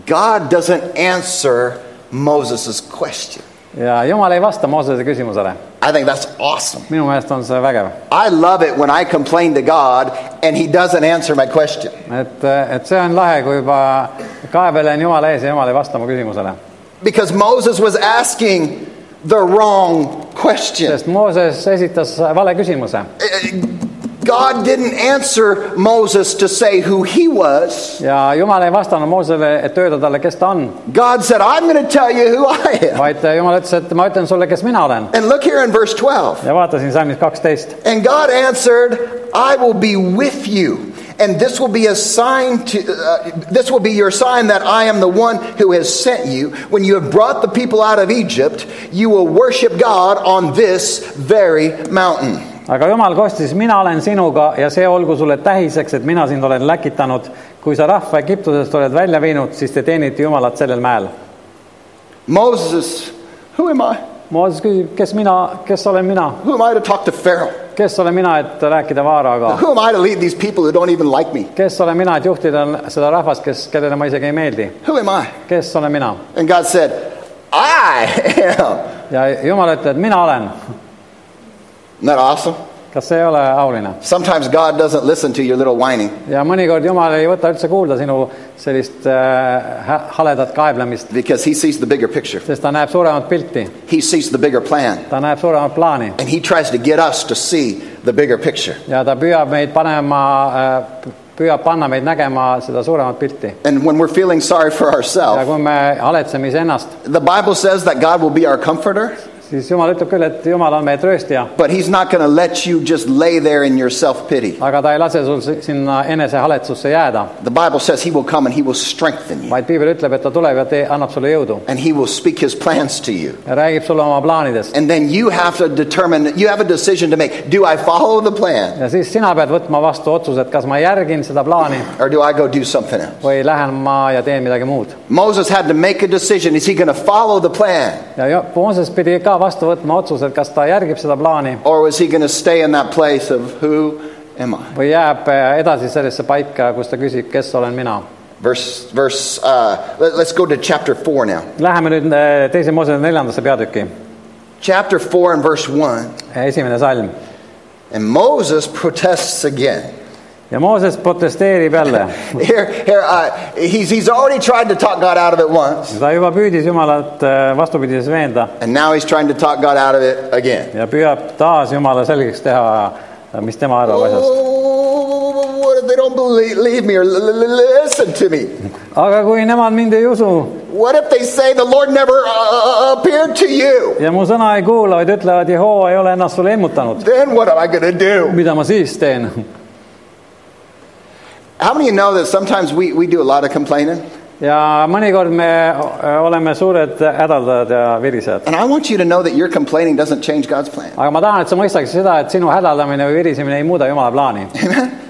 B: God doesn't answer Moses' question.
A: ja Jumal ei vasta Moosese küsimusele .
B: I think that's awesome.
A: minu meelest on see vägev ,
B: I love it when I complain to God and he doesn't answer my question.
A: et , et see on lahe , kui juba kaebelen Jumala ees ja Jumal ei vasta mu küsimusele .
B: Because Moses was asking the wrong question.
A: sest Mooses esitas vale küsimuse
B: God didn't answer Moses to say who he was.
A: ja Jumal ei vastanud Moosele , et öelda talle , kes ta on ,
B: God said, I'm going to tell you who I am.
A: vaid Jumal ütles , et ma ütlen sulle , kes mina olen .
B: And look here in verse 12.
A: ja vaatasin salmis kaksteist
B: And God answered, I will be with you. And this will be a sign to, uh, this will be your sign that I am the one who has sent you. When you have brought the people out of Egypt, you will worship God on this very mountain.
A: aga jumal kostis , mina olen sinuga ja see olgu sulle tähiseks , et mina sind olen läkitanud . kui sa rahva Egiptusest oled välja viinud , siis te teenite Jumalat sellel mäel .
B: Moses, who am I?
A: Mooses küsib , kes mina , kes olen mina ,
B: Who am I to talk to Pharaoh?
A: kes olen mina , et rääkida vaaraga ,
B: Who am I to lead these people who don't even like me?
A: kes olen mina , et juhtida seda rahvast , kes , kellele ma isegi ei meeldi ,
B: Who am I?
A: kes olen mina
B: And God said, I am.
A: ja Jumal ütleb , mina olen .
B: Isn't that awesome?
A: kas see ei ole auline ?
B: Sometimes God doesn't listen to your little whining
A: ja mõnikord Jumal ei võta üldse kuulda sinu sellist äh, hä- haledat kaeblemist ,
B: because he sees the bigger picture.
A: sest ta näeb suuremat pilti ,
B: He sees the bigger plan.
A: ta näeb suuremat plaani
B: And he tries to get us to see the bigger picture.
A: ja ta püüab meid panema , püüab panna meid nägema seda suuremat pilti .
B: And when we're feeling sorry for
A: ja
B: ourselves,
A: kui me haletseme iseennast ,
B: the Bible says that God will be our comforter,
A: siis Jumal ütleb küll , et Jumal on meie trööstja ,
B: but he's not going to let you just lay there in your self pity.
A: aga ta ei lase sul si- sinna enesehaletsusse jääda ,
B: The Bible says he will come and he will strengthen you,
A: vaid piibel ütleb , et ta tuleb ja tee , annab sulle jõudu
B: and he will speak his plans to you.
A: ja räägib sulle oma plaanidest .
B: And then you have to determine, you have a decision to make. Do I follow the plan
A: ja siis sina pead võtma vastu otsuse , et kas ma järgin seda plaani
B: or do I go do something else?
A: või lähen ma ja teen midagi muud .
B: Moses had to make a decision. Is he going to follow the plan
A: ja Jo- Mooses pidi ka vastu võtma otsuse , et kas ta järgib seda plaani
B: or was he going to stay in that place of who am I?
A: või jääb eh, edasi sellesse paika , kus ta küsib , kes olen mina
B: Verse, verse. Uh, let, let's go to chapter four now.
A: Läheme nüüd eh, teise Moosese neljandasse peatüki ,
B: Chapter four and verse one.
A: esimene salm .
B: And Moses protests again. *laughs*
A: ja Mooses protesteerib jälle .
B: Here, here. Uh, he's he's already tried to talk God out of it once,
A: ta juba püüdis Jumalat eh, vastupidises veenda
B: and now he's trying to talk God out of it again.
A: ja püüab taas Jumala selgeks teha , mis tema arvab asjast .
B: Oh, what if they don't believe leave me or l- l- l- listen to me?
A: aga kui nemad mind ei usu
B: What if they say the Lord never uh, appeared to you?
A: ja mu sõna ei kuula , vaid ütlevad , Jehova ei ole ennast sulle ilmutanud ,
B: Then what am I going to do?
A: mida ma siis teen ?
B: How many of you know that sometimes we, we do a lot of complaining?
A: ja mõnikord me eh, oleme suured hädaldajad ja virisejad .
B: And I want you to know that your complaining doesn't change God's plan.
A: aga ma tahan , et sa mõistaksid seda , et sinu hädaldamine või virisemine ei muuda Jumala plaani .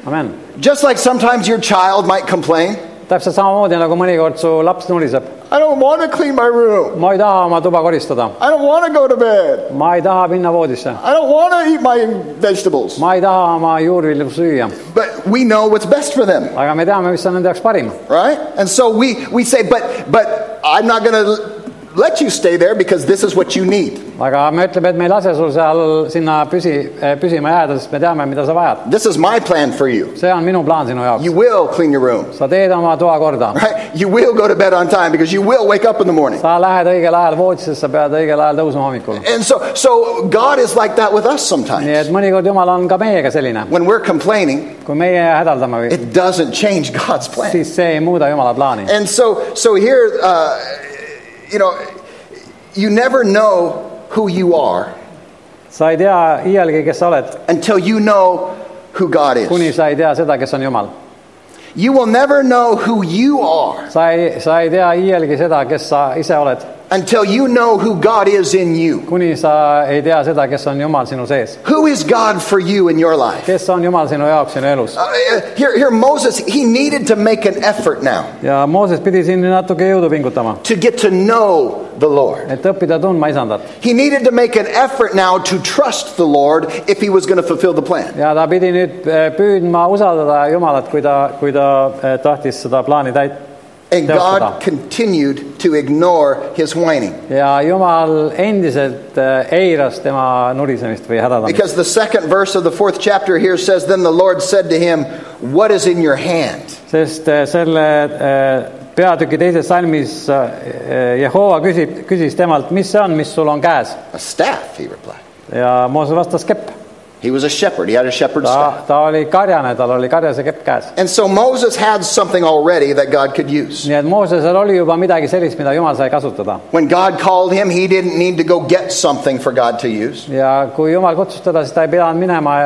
A: amen .
B: Just like sometimes your child might complain,
A: täpselt samamoodi nagu mõnikord su laps nuliseb
B: I don't want to clean my room.
A: ma ei taha oma tuba koristada ,
B: I don't want to go to bed.
A: ma ei taha minna voodisse ,
B: I don't want to eat my vegetables.
A: ma ei taha oma juurvilju süüa ,
B: But we know what's best for them,
A: aga me teame , mis on nende jaoks parim .
B: right? And so we, we say, but, but I'm not going to let you stay there because this is what you need.
A: aga me ütleme , et me ei lase sul seal sinna püsi , püsima jääda , sest me teame , mida sa vajad .
B: This is my plan for you.
A: see on minu plaan sinu jaoks
B: You . will clean your room,
A: sa teed oma toa korda ,
B: right? You will go to bed on time because you will wake up in the morning.
A: sa lähed õigel ajal voodisse , sa pead õigel ajal tõusma hommikul .
B: And so, so God is like that with us
A: nii
B: sometimes.
A: et mõnikord Jumal on ka meiega selline ,
B: When we're complaining,
A: kui meie hädaldame ,
B: it doesn't change God's plan.
A: siis see ei muuda Jumala plaani .
B: And so, so here, uh, you know, you never know who you are
A: sa ei tea iialgi , kes sa oled ,
B: until you know who God
A: kuni
B: is.
A: sa ei tea seda , kes on Jumal .
B: You will never know who you are
A: sa ei , sa ei tea iialgi seda , kes sa ise oled ,
B: until you know who God is in you.
A: kuni sa ei tea seda , kes on Jumal sinu sees .
B: Who is God for you in your life?
A: kes on Jumal sinu jaoks sinu elus .
B: Uh, here, here, Moses, he needed to make an effort now
A: ja Mooses pidi siin natuke jõudu pingutama ,
B: to get to know the Lord.
A: et õppida tundma isandat .
B: He needed to make an effort now to trust the Lord if he was going to fulfill the plan.
A: ja ta pidi nüüd eh, püüdma usaldada Jumalat , kui ta , kui ta eh, tahtis seda plaani täit- ,
B: And God
A: teostada .
B: continued to ignore his whining.
A: ja Jumal endiselt eh, eiras tema nurisemist või hädaldamist .
B: Because the second verse of the fourth chapter here says, Then the Lord said to him, What is in your hand?
A: sest eh, selle eh, peatüki teises salmis eh, Jehova küsib , küsis temalt , mis see on , mis sul on käes
B: A staff, he replied.
A: ja Mooses vastas kepp .
B: He was a shepherd, he had a shepherd's
A: ta ,
B: staff.
A: ta oli karjane , tal oli karjase kepp käes .
B: And so Moses had something already that God could use.
A: nii et Moosesel oli juba midagi sellist , mida Jumal sai kasutada
B: When God called him, he didn't need to go get something for God to use.
A: ja kui Jumal kutsus teda , siis ta ei pidanud minema ,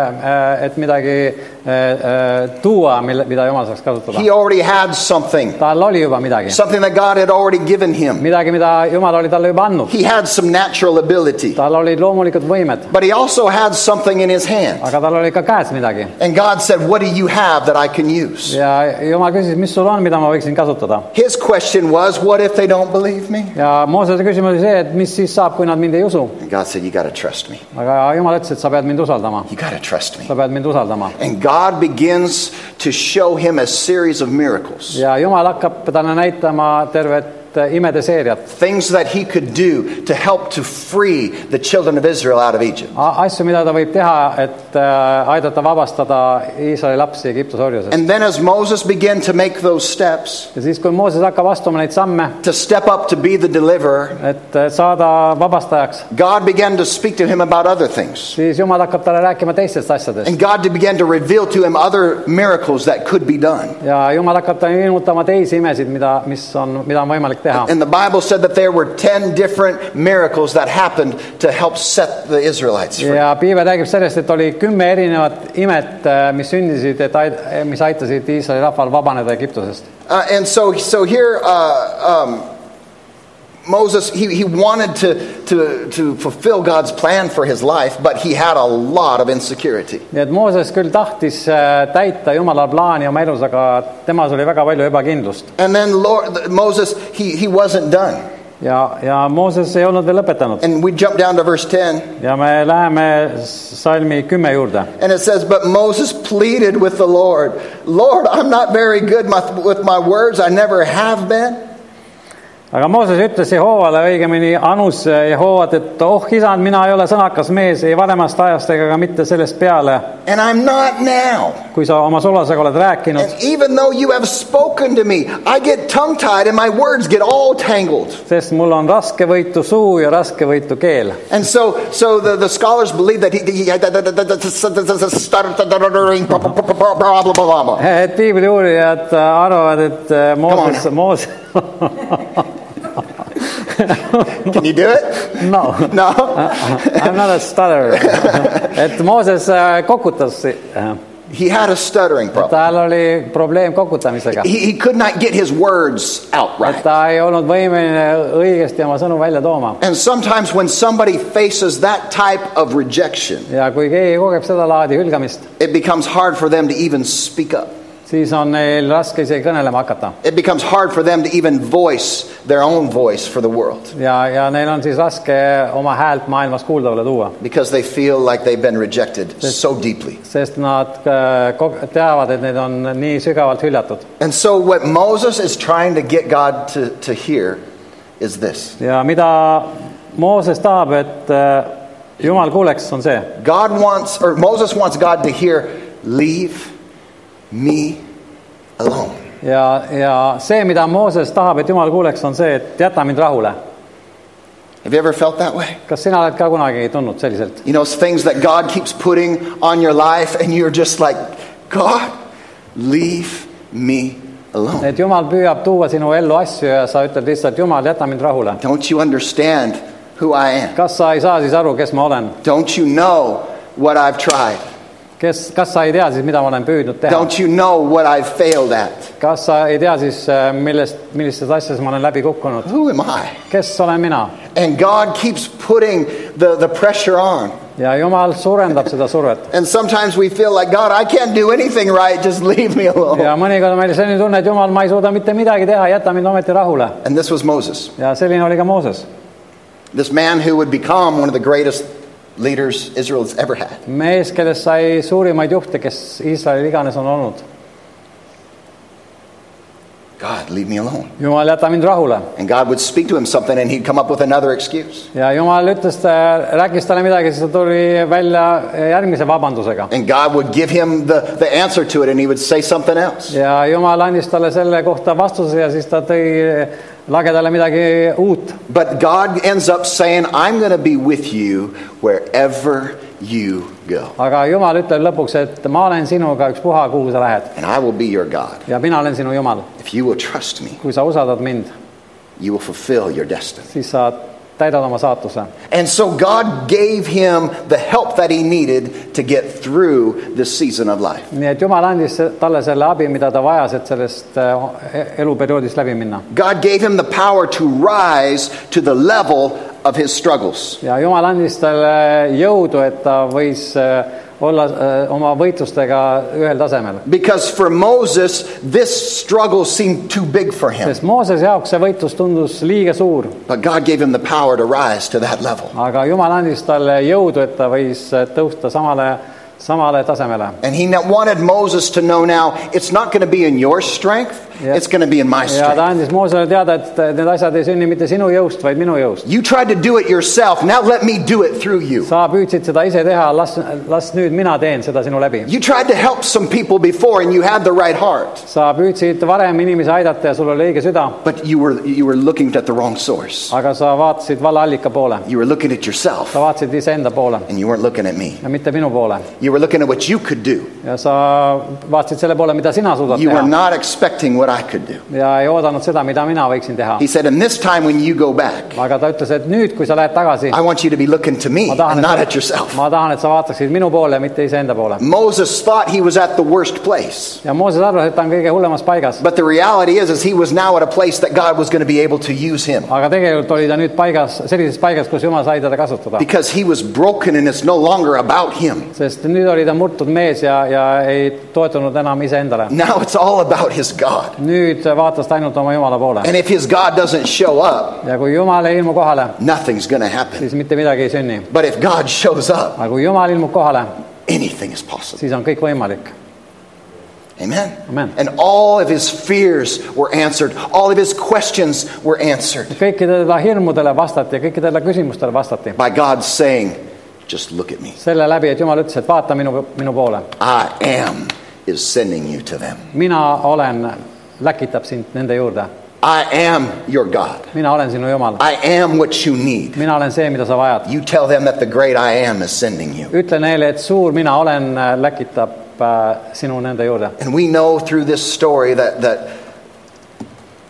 A: et midagi eh, eh, tuua , mille , mida Jumal saaks kasutada
B: He . already had something,
A: tal oli juba midagi ,
B: something that God had already given him.
A: midagi , mida Jumal oli talle juba andnud .
B: He had some natural ability.
A: tal olid loomulikud võimed ,
B: But he also had something in his hand.
A: aga tal oli ka käes midagi
B: And God said, What do you have that I can use?
A: ja Jumal küsis , mis sul on , mida ma võiksin kasutada .
B: His question was, What if they don't believe me?
A: ja Moosese küsimus oli see , et mis siis saab , kui nad mind ei usu .
B: And God said, You got to trust me.
A: aga Jumal ütles , et sa pead mind usaldama ,
B: You got to trust me.
A: sa pead mind usaldama
B: And God begins to show him a series of miracles,
A: ja Jumal hakkab talle näitama tervet äh, imede seeriat ,
B: things that he could do to help to free the children of Israel out of Egypt.
A: asju , mida ta võib teha , et äh, aidata vabastada Iisraeli lapsi Egiptuse orjusest .
B: And then as Moses began to make those steps,
A: ja siis , kui Mooses hakkab astuma neid samme ,
B: to step up to be the deliverer,
A: et äh, saada vabastajaks ,
B: God began to speak to him about other things.
A: siis Jumal hakkab talle rääkima teistest asjadest
B: And God began to reveal to him other miracles that could be done.
A: ja Jumal hakkab talle ilmutama teisi imesid , mida , mis on , mida on võimalik teha .
B: And the Bible said that there were 10 different miracles that happened to help set the Israelites free.
A: ja piivel räägib sellest , et oli kümme erinevat imet , mis sündisid , et aid- mis aitasid Iisraeli rahval vabaneda Egiptusest .
B: Uh, and so, so here, uh, um, Moses, he, he wanted to, to, to fulfill God's plan for his life, but he had a lot of insecurity.
A: nii et Mooses küll tahtis äh, täita Jumala plaani oma elus , aga temas oli väga palju ebakindlust
B: And then Lord, Moses, he, he wasn't done.
A: ja , ja Mooses ei olnud veel lõpetanud
B: And we jump down to verse 10,
A: ja me läheme salmi kümme juurde .
B: and it says, But Moses pleaded with the Lord, Lord, I'm not very good my, with my words, I never have been.
A: aga Mooses ütles Jehoovale , õigemini anus Jehoovat , et oh isand , mina ei ole sõnakas mees ei vanemast ajast ega ka mitte sellest peale ,
B: And I'm not now.
A: kui sa oma sulasega oled rääkinud ,
B: And even though you have spoken to me, I get tongue tied and my words get all tangled.
A: sest mul on raskevõitu suu ja raskevõitu keel .
B: And so, so the, the scholars believe that he, he that- that- that- that- that- that- that- that- stuttering, blah, blah, blah, blah, blah, blah, blah, blah.
A: et piibliuurijad arvavad , et Mooses , Mooses ,
B: Can you do it? *laughs*
A: no
B: No.
A: I m not a stutterer . et Mooses äh, kokutas ,
B: He had a stuttering problem.
A: tal oli probleem kokutamisega ,
B: He, he could not get his words out right.
A: ta ei olnud võimeline õigesti oma sõnu välja tooma
B: And sometimes when somebody faces that type of rejection,
A: ja kui keegi kogeb sedalaadi hülgamist ,
B: it becomes hard for them to even speak up.
A: siis on neil raske isegi kõnelema hakata
B: It becomes hard for them to even voice their own voice for the world
A: ja , ja neil on siis raske oma häält maailmas kuuldavale tuua ,
B: because they feel like they've been rejected so deeply.
A: sest nad äh, ko- teavad , et neid on nii sügavalt hüljatud
B: And so, what Moses is trying to get God to, to hear is this
A: ja mida Mooses tahab , et äh, Jumal kuuleks , on see ,
B: God wants, or Moses wants God to hear, leave me alone.
A: ja , ja see , mida Mooses tahab , et Jumal kuuleks , on see , et jäta mind rahule .
B: Have you ever felt that way?
A: kas sina oled ka kunagi tundnud selliselt ?
B: You know, it's things that God keeps putting on your life, and you're just like, God, leave me alone.
A: et Jumal püüab tuua sinu ellu asju ja sa ütled lihtsalt , Jumal , jäta mind rahule .
B: Don't you understand who I am?
A: kas sa ei saa siis aru , kes ma olen ?
B: Don't you know what I've tried?
A: kes , kas sa ei tea siis , mida ma olen püüdnud teha ?
B: Don't you know what I've failed at?
A: kas sa ei tea siis , millest , millistes asjades ma olen läbi kukkunud ?
B: Who am I?
A: kes olen mina ?
B: And God keeps putting the, the pressure on.
A: ja Jumal suurendab seda survet .
B: And sometimes we feel like, God, I can't do anything right, just *laughs* leave me alone.
A: ja mõnikord on meil selline tunne , et Jumal , ma ei suuda mitte midagi teha , jäta mind ometi rahule .
B: And this was Moses,
A: ja selline oli ka Mooses .
B: this man who would become one of the greatest leaders Israel's ever had.
A: mees , kellest sai suurimaid juhte , kes Iisraelil iganes on olnud .
B: God, leave me alone.
A: Jumal , jäta mind rahule .
B: And God would speak to him something and he'd come up with another excuse.
A: ja Jumal ütles , rääkis talle midagi , siis ta tuli välja järgmise vabandusega .
B: And God would give him the, the answer to it and he would say something else.
A: ja Jumal andis talle selle kohta vastuse ja siis ta tõi lagedale midagi uut .
B: But God ends up saying, I'm going to be with you wherever you go,
A: aga Jumal ütleb lõpuks , et ma olen sinuga ükspuha , kuhu sa lähed
B: and I will be your God.
A: ja mina olen sinu Jumal .
B: If you will trust me,
A: kui sa usaldad mind ,
B: you will fulfill your destiny.
A: siis sa täidad oma saatuse .
B: And so God gave him the help that he needed to get through this season of life.
A: nii et Jumal andis talle selle abi , mida ta vajas , et sellest eh, eluperioodist läbi minna .
B: God gave him the power to rise to the level of his struggles.
A: ja Jumal andis talle jõudu , et ta võis eh, olla eh, oma võitlustega ühel tasemel .
B: Because for Moses, this struggle seemed too big for him.
A: sest Mooses jaoks see võitlus tundus liiga suur ,
B: But God gave him the power to rise to that level.
A: aga Jumal andis talle jõudu , et ta võis tõusta samale , samale tasemele
B: And he not- wanted Moses to know now it's not going to be in your strength,
A: Yeah.
B: it's going to be in
A: ja ta
B: my strength.
A: andis Moosele teada , et need asjad ei sünni mitte sinu jõust , vaid minu jõust .
B: You tried to do it yourself, now let me do it through you.
A: sa püüdsid seda ise teha , las , las nüüd mina teen seda sinu läbi .
B: You tried to help some people before and you had the right heart,
A: sa püüdsid varem inimesi aidata ja sul oli õige süda ,
B: but you were, you were looking at the wrong source.
A: aga sa vaatasid vale allika poole ,
B: You were looking at yourself
A: sa vaatasid iseenda poole
B: and you weren't looking at me.
A: ja mitte minu poole
B: You were looking at what you could do.
A: ja sa vaatasid selle poole , mida sina suudad
B: You were
A: teha
B: not expecting what I could do.
A: ja ei oodanud seda , mida mina võiksin teha
B: He said, And this time when you go back,
A: aga ta ütles , et nüüd , kui sa lähed tagasi ,
B: I want you to be looking to me
A: ma
B: and
A: tahan ,
B: not at
A: et sa,
B: yourself.
A: ma tahan , et sa vaataksid minu poole , mitte iseenda poole .
B: Moses thought he was at the worst place.
A: ja Mooses arvas , et ta on kõige hullemas paigas ,
B: But the reality is, is he was now at a place that God was going to be able to use him
A: aga tegelikult oli ta nüüd paigas , sellises paigas , kus Jumal sai teda kasutada .
B: because he was broken and it's no longer about him.
A: sest nüüd oli ta murtud mees ja , ja ei toetunud enam iseendale .
B: Now it's all about his God.
A: nüüd vaatas ta ainult oma Jumala poole
B: And if his God doesn't show up,
A: ja kui Jumal ei ilmu kohale ,
B: nothing's going to happen.
A: siis mitte midagi ei sünni .
B: But if God shows up,
A: aga kui Jumal ilmub kohale ,
B: anything is possible.
A: siis on kõik võimalik .
B: Amen.
A: Amen.
B: And all of his fears were answered, all of his questions were answered
A: kõikidele hirmudele vastati ja kõikidele küsimustele vastati
B: by God saying, Just look at me.
A: selle läbi , et Jumal ütles , et vaata minu , minu poole
B: I am is sending you to them.
A: mina olen , läkitab sind nende juurde ,
B: I am your God.
A: mina olen sinu Jumal ,
B: I am what you need.
A: mina olen see , mida sa vajad .
B: You tell them that the great I am is sending you.
A: ütle neile , et suur mina olen , läkitab äh, sinu nende juurde .
B: And we know through this story that, that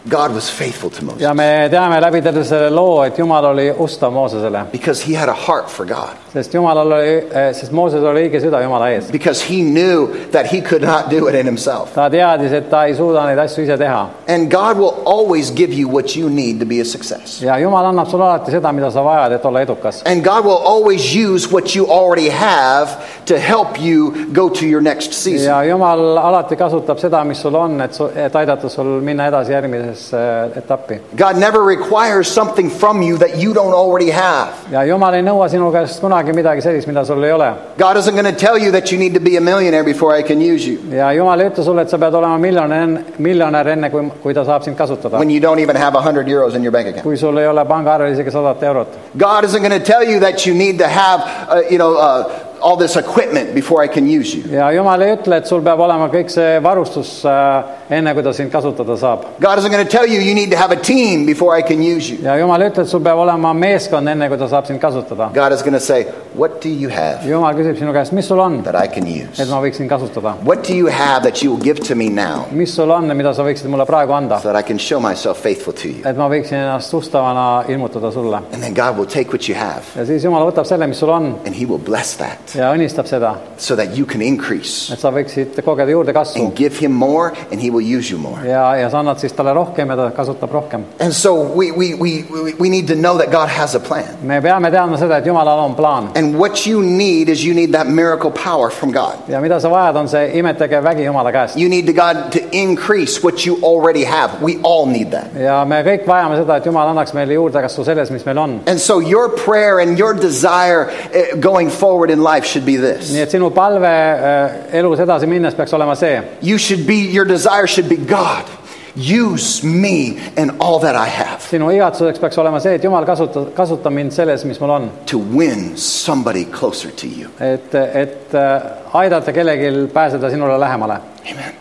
B: God was faithful to Moses
A: ja me teame läbi terve selle loo , et Jumal oli ustav Moosesele ,
B: because he had a heart for God,
A: sest Jumalal oli , sest Mooses oli õige süda Jumala ees .
B: because he knew that he could not do it in himself.
A: ta teadis , et ta ei suuda neid asju ise teha
B: And God will always give you what you need to be a success.
A: ja Jumal annab sulle alati seda , mida sa vajad , et olla edukas .
B: And God will always use what you already have to help you go to your next season.
A: ja Jumal alati kasutab seda , mis sul on , et , et aidata sul minna edasi järgmisesse äh, etappi
B: God never requires something from you that you don't already have.
A: ja Jumal ei nõua sinu käest kunagi midagi sellist , mida sul ei ole .
B: God isn't going to tell you that you need to be a millionaire before I can use you
A: ja Jumal ei ütle sulle , et sa pead olema miljonär , miljonär enne , kui , kui ta saab sind kasutada
B: when . you don't even have 100 euros in your bank account.
A: kui sul ei ole pangaarvel isegi sadat eurot .
B: God isn't going to tell you that you need to have, uh, you know, uh, all this equipment before I can use you.
A: ja Jumal ei ütle , et sul peab olema kõik see varustus äh, enne , kui ta sind kasutada saab .
B: God isn't going to tell you you need to have a team before I can use you.
A: ja Jumal ei ütle , et sul peab olema meeskond , enne kui ta saab sind kasutada .
B: God is going to say, What do you have
A: jumal küsib sinu käest , mis sul on ,
B: that I can use?
A: et ma võiksin kasutada ,
B: What do you have that you will give to me now
A: mis sul on , mida sa võiksid mulle praegu anda ,
B: so that I can show myself faithful to you?
A: et ma võiksin ennast ustavana ilmutada sulle .
B: And then God will take what you have
A: ja siis jumal võtab selle , mis sul on
B: and He will bless that
A: ja õnnistab seda ,
B: so that you can increase
A: et sa võiksid kogeda juurdekasvu
B: and give Him more and He will use you more.
A: ja , ja sa annad siis talle rohkem ja ta kasutab rohkem .
B: And so we, we, we, we we need to know that God has a plan.
A: me peame teadma seda , et Jumalal on plaan
B: And what you need is you need that miracle power from God.
A: ja mida sa vajad , on see imetegev vägi Jumala käest .
B: You need to God to increase what you already have. We all need that.
A: ja me kõik vajame seda , et Jumal annaks meile juurdekasvu selles , mis meil on .
B: And so your prayer and your desire eh, going forward in life should be
A: nii
B: this.
A: et sinu palve äh, elus edasi minnes peaks olema see ,
B: You should be your desire should be God. Use me and all that I have
A: sinu igatsuseks peaks olema see , et Jumal kasuta , kasuta mind selles , mis mul on .
B: to win somebody closer to you.
A: et , et äh, aidata kellelgi pääseda sinule lähemale .
B: Amen.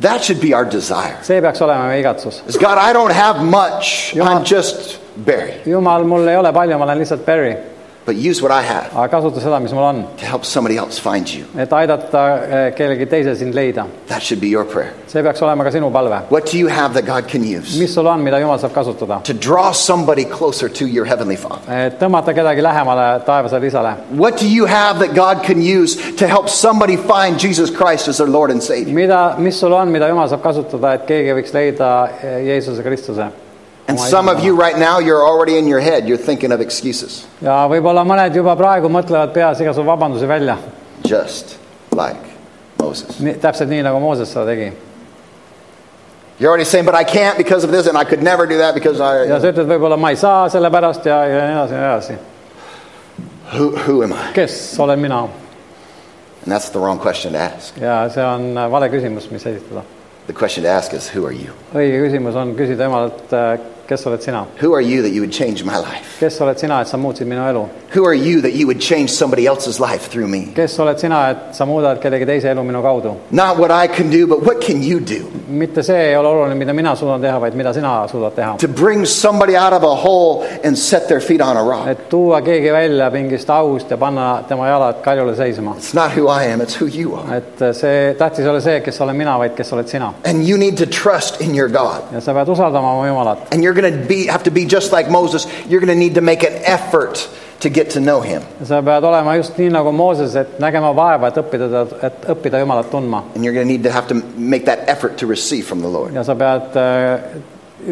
B: That should be our desire.
A: see peaks olema meie igatsus .
B: It's, God, I don't have much.
A: Yeah.
B: I'm just buried.
A: Jumal , mul ei ole palju , ma olen lihtsalt Barry ,
B: But use what I have
A: aga kasuta seda , mis mul on ,
B: to help somebody else find you.
A: et aidata äh, kellegi teise sind leida .
B: That should be your prayer.
A: see peaks olema ka sinu palve .
B: What do you have that God can use
A: mis sul on , mida Jumal saab kasutada ?
B: to draw somebody closer to your heavenly Father?
A: et tõmmata kedagi lähemale taevasele isale .
B: What do you have that God can use to help somebody find Jesus Christ as their Lord and Savior?
A: mida , mis sul on , mida Jumal saab kasutada , et keegi võiks leida eh, Jeesuse Kristuse ?
B: And some of you right now, you're already in your head, you're thinking of excuses.
A: ja võib-olla mõned juba praegu mõtlevad peas igasugu vabandusi välja ,
B: Just like Moses.
A: täpselt nii , nagu Mooses seda tegi .
B: You're already saying, but I can't because of this, and I could never do that because
A: ja
B: I.
A: sa ütled , võib-olla ma ei saa selle pärast ja , ja nii edasi ja nii edasi .
B: Who, who am I?
A: kes olen mina ?
B: And that's the wrong question to ask.
A: ja see on äh, vale küsimus , mis esitada .
B: The question to ask is, who are you?
A: õige küsimus on küsida Jumalalt , kes oled sina ?
B: Who are you that you would change my life?
A: kes oled sina , et sa muutsid minu elu ?
B: Who are you that you would change somebody else's life through me?
A: kes oled sina , et sa muudad kellegi teise elu minu kaudu ?
B: Not what I can do, but what can you do
A: mitte see ei ole oluline , mida mina suudan teha , vaid mida sina suudad teha .
B: to bring somebody out of a hole and set their feet on a rock?
A: et tuua keegi välja mingist august ja panna tema jalad kaljule seisma .
B: It's not who I am, it's who you are.
A: et see , tähtis ei ole see , kes olen mina , vaid kes oled sina .
B: And you need to trust in your God.
A: ja sa pead usaldama oma Jumalat .
B: And you're going to be, have to be just like Moses. You're going to need to make an effort to get to know him.
A: sa pead olema just nii nagu Mooses , et nägema vaeva , et õppida teda , et õppida Jumalat tundma .
B: And you're going to need to have to make that effort to receive from the Lord.
A: ja sa pead äh,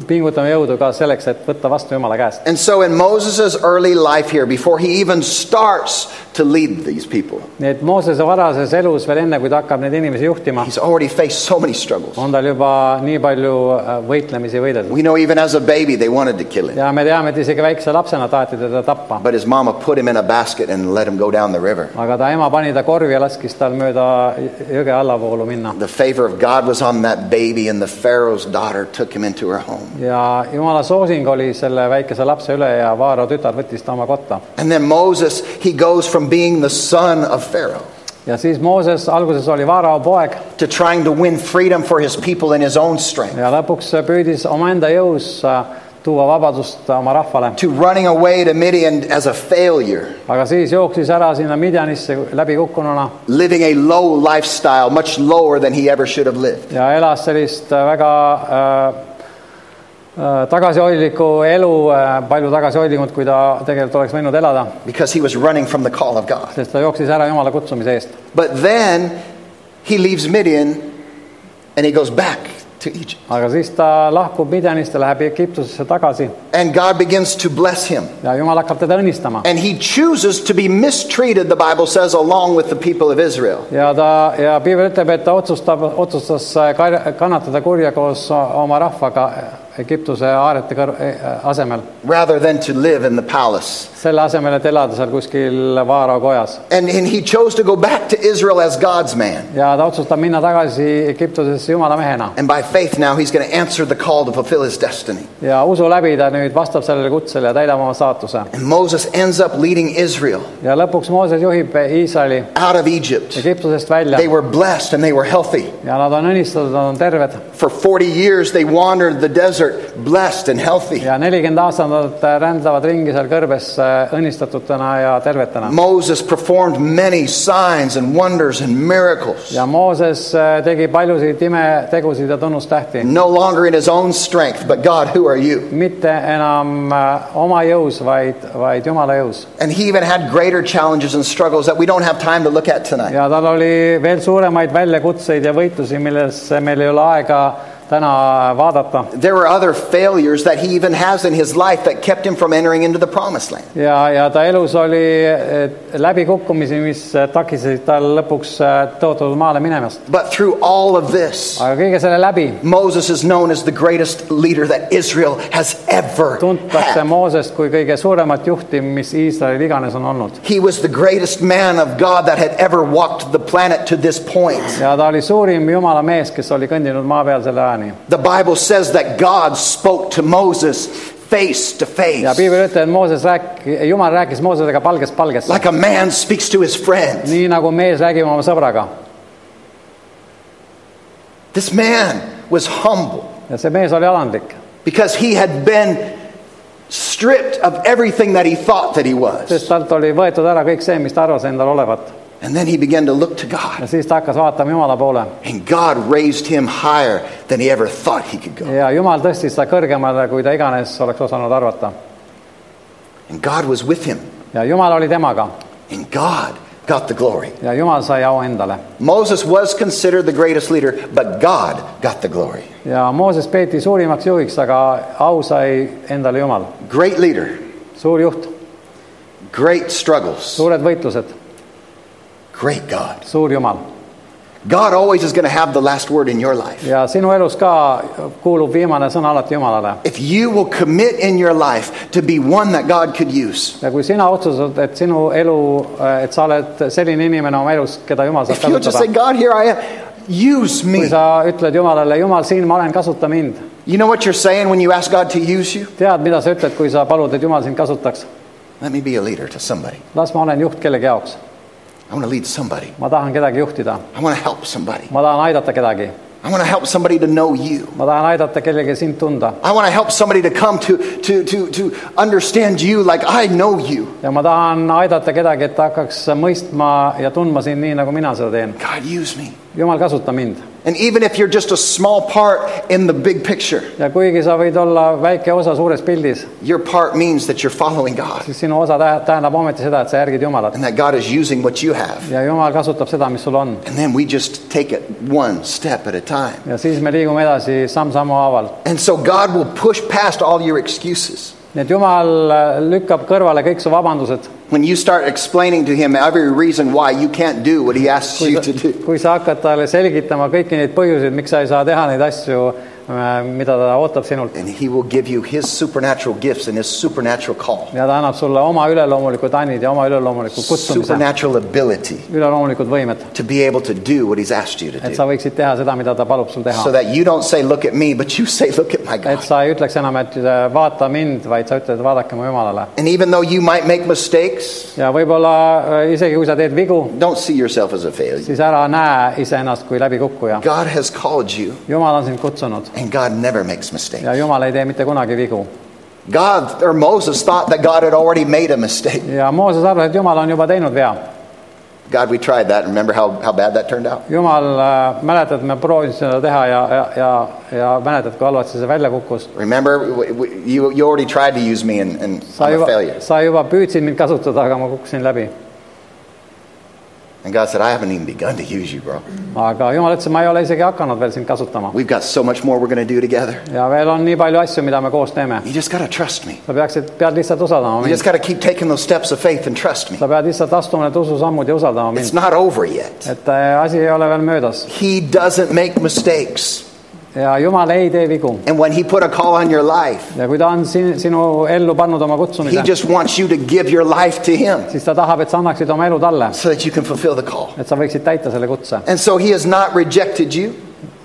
A: pingutama jõudu ka selleks , et võtta vastu Jumala käest .
B: And so in Moses' early life here, before he even starts to lead these people,
A: nii et Moosese varases elus veel enne , kui ta hakkab neid inimesi juhtima ,
B: he's already faced so many struggles.
A: on tal juba nii palju äh, võitlemisi võideldud .
B: We know even as a baby they wanted to kill him.
A: ja me teame , et isegi väikse lapsena taheti teda tappa .
B: But his mama put him in a basket and let him go down the river.
A: aga ta ema pani ta korvi ja laskis tal mööda jõ- jõge allavoolu minna .
B: The favor of God was on that baby, and the Pharaoh's daughter took him into her home.
A: ja jumala soosing oli selle väikese lapse üle ja Vaaro tütar võttis ta oma kotta .
B: And then Moses, he goes from being the son of Pharaoh
A: ja siis Mooses alguses oli Vaaro poeg
B: to trying to win freedom for his people in his own strength,
A: ja lõpuks püüdis omaenda jõus äh, tuua vabadust oma rahvale .
B: to running away to Midian as a failure,
A: aga siis jooksis ära sinna Midjanisse läbikukkununa
B: living a low lifestyle, much lower than he ever should have lived.
A: ja elas sellist äh, väga äh, äh, tagasihoidlikku elu , palju tagasihoidlikumalt , kui ta tegelikult oleks võinud elada ,
B: Because he was running from the call of God.
A: sest ta jooksis ära jumala kutsumise eest
B: But then he leaves Midian and he goes back to Egypt.
A: aga siis ta lahkub Midjanist ja läheb Egiptusesse tagasi
B: And God begins to bless him.
A: ja Jumal hakkab teda õnnistama .
B: And he chooses to be mistreated, the Bible says, along with the people of Israel.
A: ja ta ja piibel ütleb , et ta otsustab , otsustas äh, kar- kannatada kurja koos oma rahvaga äh, Egiptuse aarete kõr- , asemel ,
B: rather than to live in the palace.
A: selle asemel , et elada seal kuskil Vaaro kojas
B: And, and he chose to go back to Israel as God's man.
A: ja ta otsustab minna tagasi Egiptusesse jumala mehena
B: And by faith, now he's going to answer the call to fulfill his destiny.
A: ja usu läbi ta nüüd vastab sellele kutsele ja täidab oma saatuse
B: And Moses ends up leading Israel
A: ja lõpuks Mooses juhib Iisraeli
B: out of Egypt.
A: Egiptusest välja
B: They were blessed and they were healthy.
A: ja nad on õnnistatud , nad on terved
B: For 40 years, they wandered the desert, blessed and healthy.
A: ja nelikümmend aastandat rändavad ringi seal kõrbes äh, õnnistatutena ja tervetena .
B: Moses performed many signs and wonders and miracles,
A: ja Mooses äh, tegi paljusid imetegusid ja tunnustähti ,
B: no longer in his own strength, but God, who are you?
A: mitte enam äh, oma jõus , vaid , vaid Jumala jõus .
B: And he even had greater challenges and struggles that we don't have time to look at tonight.
A: ja tal oli veel suuremaid väljakutseid ja võitlusi , millesse meil ei ole aega täna vaadata .
B: There were other failures that he even has in his life that kept him from entering into the promised land.
A: ja , ja ta elus oli eh, läbikukkumisi , mis takistasid tal lõpuks eh, tõotatud maale minemast .
B: But through all of this,
A: aga kõige selle läbi
B: Moses is known as the greatest leader that Israel has ever
A: tuntakse
B: had.
A: Moosest kui kõige suuremat juhti , mis Iisraelil iganes on olnud .
B: He was the greatest man of God that had ever walked the planet to this point.
A: ja ta oli suurim jumala mees , kes oli kõndinud maa peal selle ajani .
B: The Bible says that God spoke to Moses face to
A: ja
B: face,
A: piibel ütleb , et Mooses rääk- , Jumal rääkis Moosesega palgest palgesse ,
B: like a man speaks to his friend.
A: nii nagu mees räägib oma sõbraga .
B: This man was humble
A: ja see mees oli alandlik ,
B: because he had been stripped of everything that he thought that he was.
A: sest talt oli võetud ära kõik see , mis ta arvas endal olevat .
B: And then he began to look to
A: ja
B: God,
A: siis ta hakkas vaatama Jumala poole
B: and God raised him higher than he ever thought he could go.
A: ja Jumal tõstis ta kõrgemale , kui ta iganes oleks osanud arvata .
B: And God was with him.
A: ja Jumal oli temaga
B: And God got the glory.
A: ja Jumal sai au endale .
B: Moses was considered the greatest leader, but God got the glory.
A: ja Mooses peeti suurimaks juhiks , aga au sai endale Jumal .
B: Great leader,
A: suur juht ,
B: great struggles,
A: suured võitlused ,
B: great God.
A: suur Jumal .
B: God always is going to have the last word in your life.
A: ja sinu elus ka kuulub viimane sõna alati Jumalale .
B: If you will commit in your life to be one that God could use,
A: ja kui sina otsustad , et sinu elu , et sa oled selline inimene oma elus , keda Jumal saab
B: if you'll just say,
A: kasutada ,
B: God, here I am, use
A: kui
B: me.
A: sa ütled Jumalale , Jumal , siin ma olen , kasuta mind .
B: You know what you're saying when you ask God to use you?
A: tead , mida sa ütled , kui sa palud , et Jumal sind kasutaks ?
B: Let me be a leader to somebody.
A: las ma olen juht kellegi jaoks ,
B: I want to lead somebody.
A: ma tahan kedagi juhtida ,
B: I want to help somebody.
A: ma tahan aidata kedagi ,
B: I want to help somebody to know you.
A: ma tahan aidata kellegi sind tunda
B: I want to help somebody to come to, to, to, to understand you like I know you.
A: ja ma tahan aidata kedagi , et ta hakkaks mõistma ja tundma sind nii , nagu mina seda teen .
B: God, use me.
A: Jumal , kasuta mind
B: And even if you're just a small part in the big picture,
A: ja kuigi sa võid olla väike osa suures pildis ,
B: your part means that you're following God
A: siis sinu osa tä- tähendab ometi seda , et sa järgid Jumalat
B: and that God is using what you have.
A: ja Jumal kasutab seda , mis sul on .
B: And then we just take it one step at a time.
A: ja siis me liigume edasi samm-sammu haaval .
B: And so God will push past all your excuses.
A: nii et Jumal äh, lükkab kõrvale kõik su vabandused .
B: When you start explaining to Him every reason why you can't do what He asks you to do,
A: kui sa hakkad talle selgitama kõiki neid põhjuseid , miks sa ei saa teha neid asju , mida ta ootab sinult
B: and He will give you His supernatural gifts and His supernatural call,
A: ja ta annab sulle oma üleloomulikud ainid ja oma üleloomuliku kutsumise ,
B: supernatural ability
A: üleloomulikud võimed ,
B: to be able to do what He's asked you to
A: et
B: do.
A: sa võiksid teha seda , mida ta palub sul
B: So
A: teha .
B: that you don't say, Look at me, but you say, Look at my
A: et
B: God.
A: sa ei ütleks enam , et äh, vaata mind , vaid sa ütled , vaadake mu jumalale .
B: And even though you might make mistakes,
A: ja võib-olla äh, isegi , kui sa teed vigu ,
B: Don't see yourself as a failure.
A: siis ära näe iseennast kui läbikukkuja .
B: God has called you,
A: jumal on sind kutsunud
B: and God never makes mistakes.
A: ja Jumal ei tee mitte kunagi vigu .
B: God or Moses thought that God had already made a mistake.
A: ja Mooses arvas , et Jumal on juba teinud vea .
B: God, we tried that. Remember how, how bad that turned out?
A: Jumal , mäletad , me proovisime seda teha ja , ja , ja , ja mäletad , kui halvasti see välja kukkus ?
B: Remember, we, we, you, you already tried to use me, and, and
A: sa
B: I'm a
A: juba ,
B: failure.
A: sa juba püüdsid mind kasutada , aga ma kukkusin läbi .
B: And God said, I haven't even begun to use you, bro.
A: aga Jumal ütles , ma ei ole isegi hakanud veel sind kasutama .
B: We've got so much more we're going to do together.
A: ja veel on nii palju asju , mida me koos teeme .
B: You just got to trust me.
A: sa peaksid , pead lihtsalt usaldama
B: You just
A: mind .
B: got to keep taking those steps of faith and trust me.
A: sa pead lihtsalt astuma need ususammud ja usaldama
B: It's
A: mind .
B: not over yet.
A: et äh, asi ei ole veel möödas
B: He doesn't make mistakes.
A: ja Jumal ei tee vigu .
B: And when He put a call on your life,
A: ja kui ta on sin, sinu ellu pannud oma
B: He
A: kutsumise ,
B: just wants you to give your life to Him
A: siis ta tahab , et sa annaksid oma elu talle
B: so that you can fulfill the call.
A: et sa võiksid täita selle kutse .
B: And so he has not rejected you.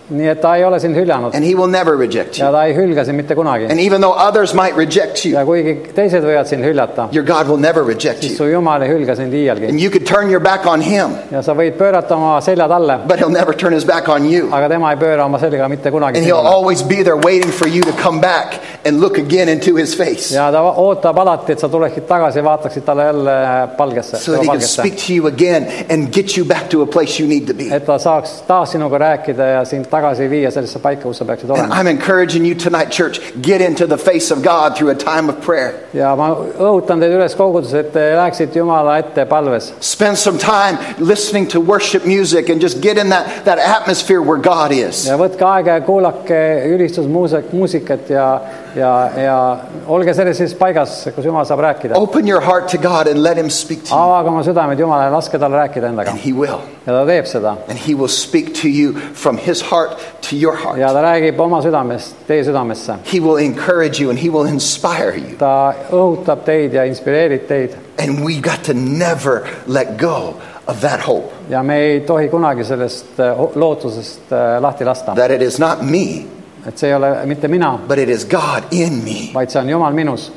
A: nii et ta ei ole sind hüljanud
B: and he will never reject you.
A: ja ta ei hülga sind mitte kunagi
B: And even though others might reject you,
A: ja kuigi teised võivad sind hüljata ,
B: your God will never reject
A: siis
B: you.
A: su jumal ei hülga sind iialgi
B: And you could turn your back on him,
A: ja sa võid pöörata oma selja talle ,
B: but he'll never turn his back on you.
A: aga tema ei pööra oma selga mitte kunagi
B: And he'll
A: sinule
B: always be there waiting for you to come back and look again into his face
A: ja ta va- ootab alati , et sa tuleksid tagasi ja vaataksid talle jälle palgesse ,
B: so that he can
A: palgesse ,
B: speak to you again and get you back to a place you need to be.
A: et ta saaks taas sinuga rääkida ja sind tagasi viia sellesse paika , kus sa peaksid
B: And
A: olema .
B: I'm encouraging you tonight, church, get into the face of God through a time of prayer.
A: ja ma õhutan teid üles koguduses , et te läheksite Jumala ette palves
B: Spend some time listening to worship music and just get in that, that atmosphere where God is.
A: ja võtke aega ja kuulake ülistusmuusik , muusikat ja , ja , ja olge sellises paigas , kus Jumal saab rääkida .
B: Open your heart to God and let him speak to you.
A: avage oma südamed Jumalale , laske tal rääkida endaga
B: And he will.
A: ja ta teeb seda
B: And he will speak to you from his heart to your
A: ja
B: heart.
A: ta räägib oma südamest , teie südamesse .
B: He will encourage you and he will inspire you.
A: ta õhutab teid ja inspireerib teid
B: And we got to never let go of that hope
A: ja me ei tohi kunagi sellest eh, ho- lootusest eh, lahti lasta ,
B: that it is not me,
A: et see ei ole mitte mina ,
B: but it is God in me,
A: vaid see on Jumal minus ,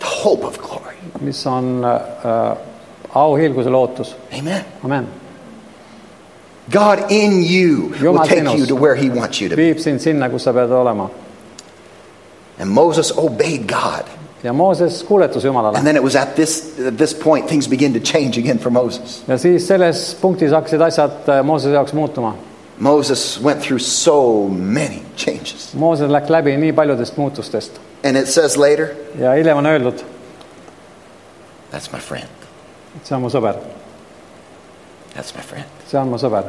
B: the hope of glory.
A: mis on äh, auhiilguse lootus ,
B: Amen.
A: amen .
B: God in you will
A: Jumal
B: take
A: sinus.
B: you to where he wants you to be.
A: viib sind sinna , kus sa pead olema
B: And Moses obeyed God.
A: ja Mooses kuuletus Jumalale
B: And then it was at this, at this point things began to change again for Moses.
A: ja siis selles punktis hakkasid asjad äh, Moosese jaoks muutuma .
B: Moses went through so many changes.
A: Mooses läks läbi nii paljudest muutustest
B: And it says later,
A: ja hiljem on öeldud ,
B: that's my friend.
A: et see on mu sõber ,
B: That's my friend.
A: see on mu sõber .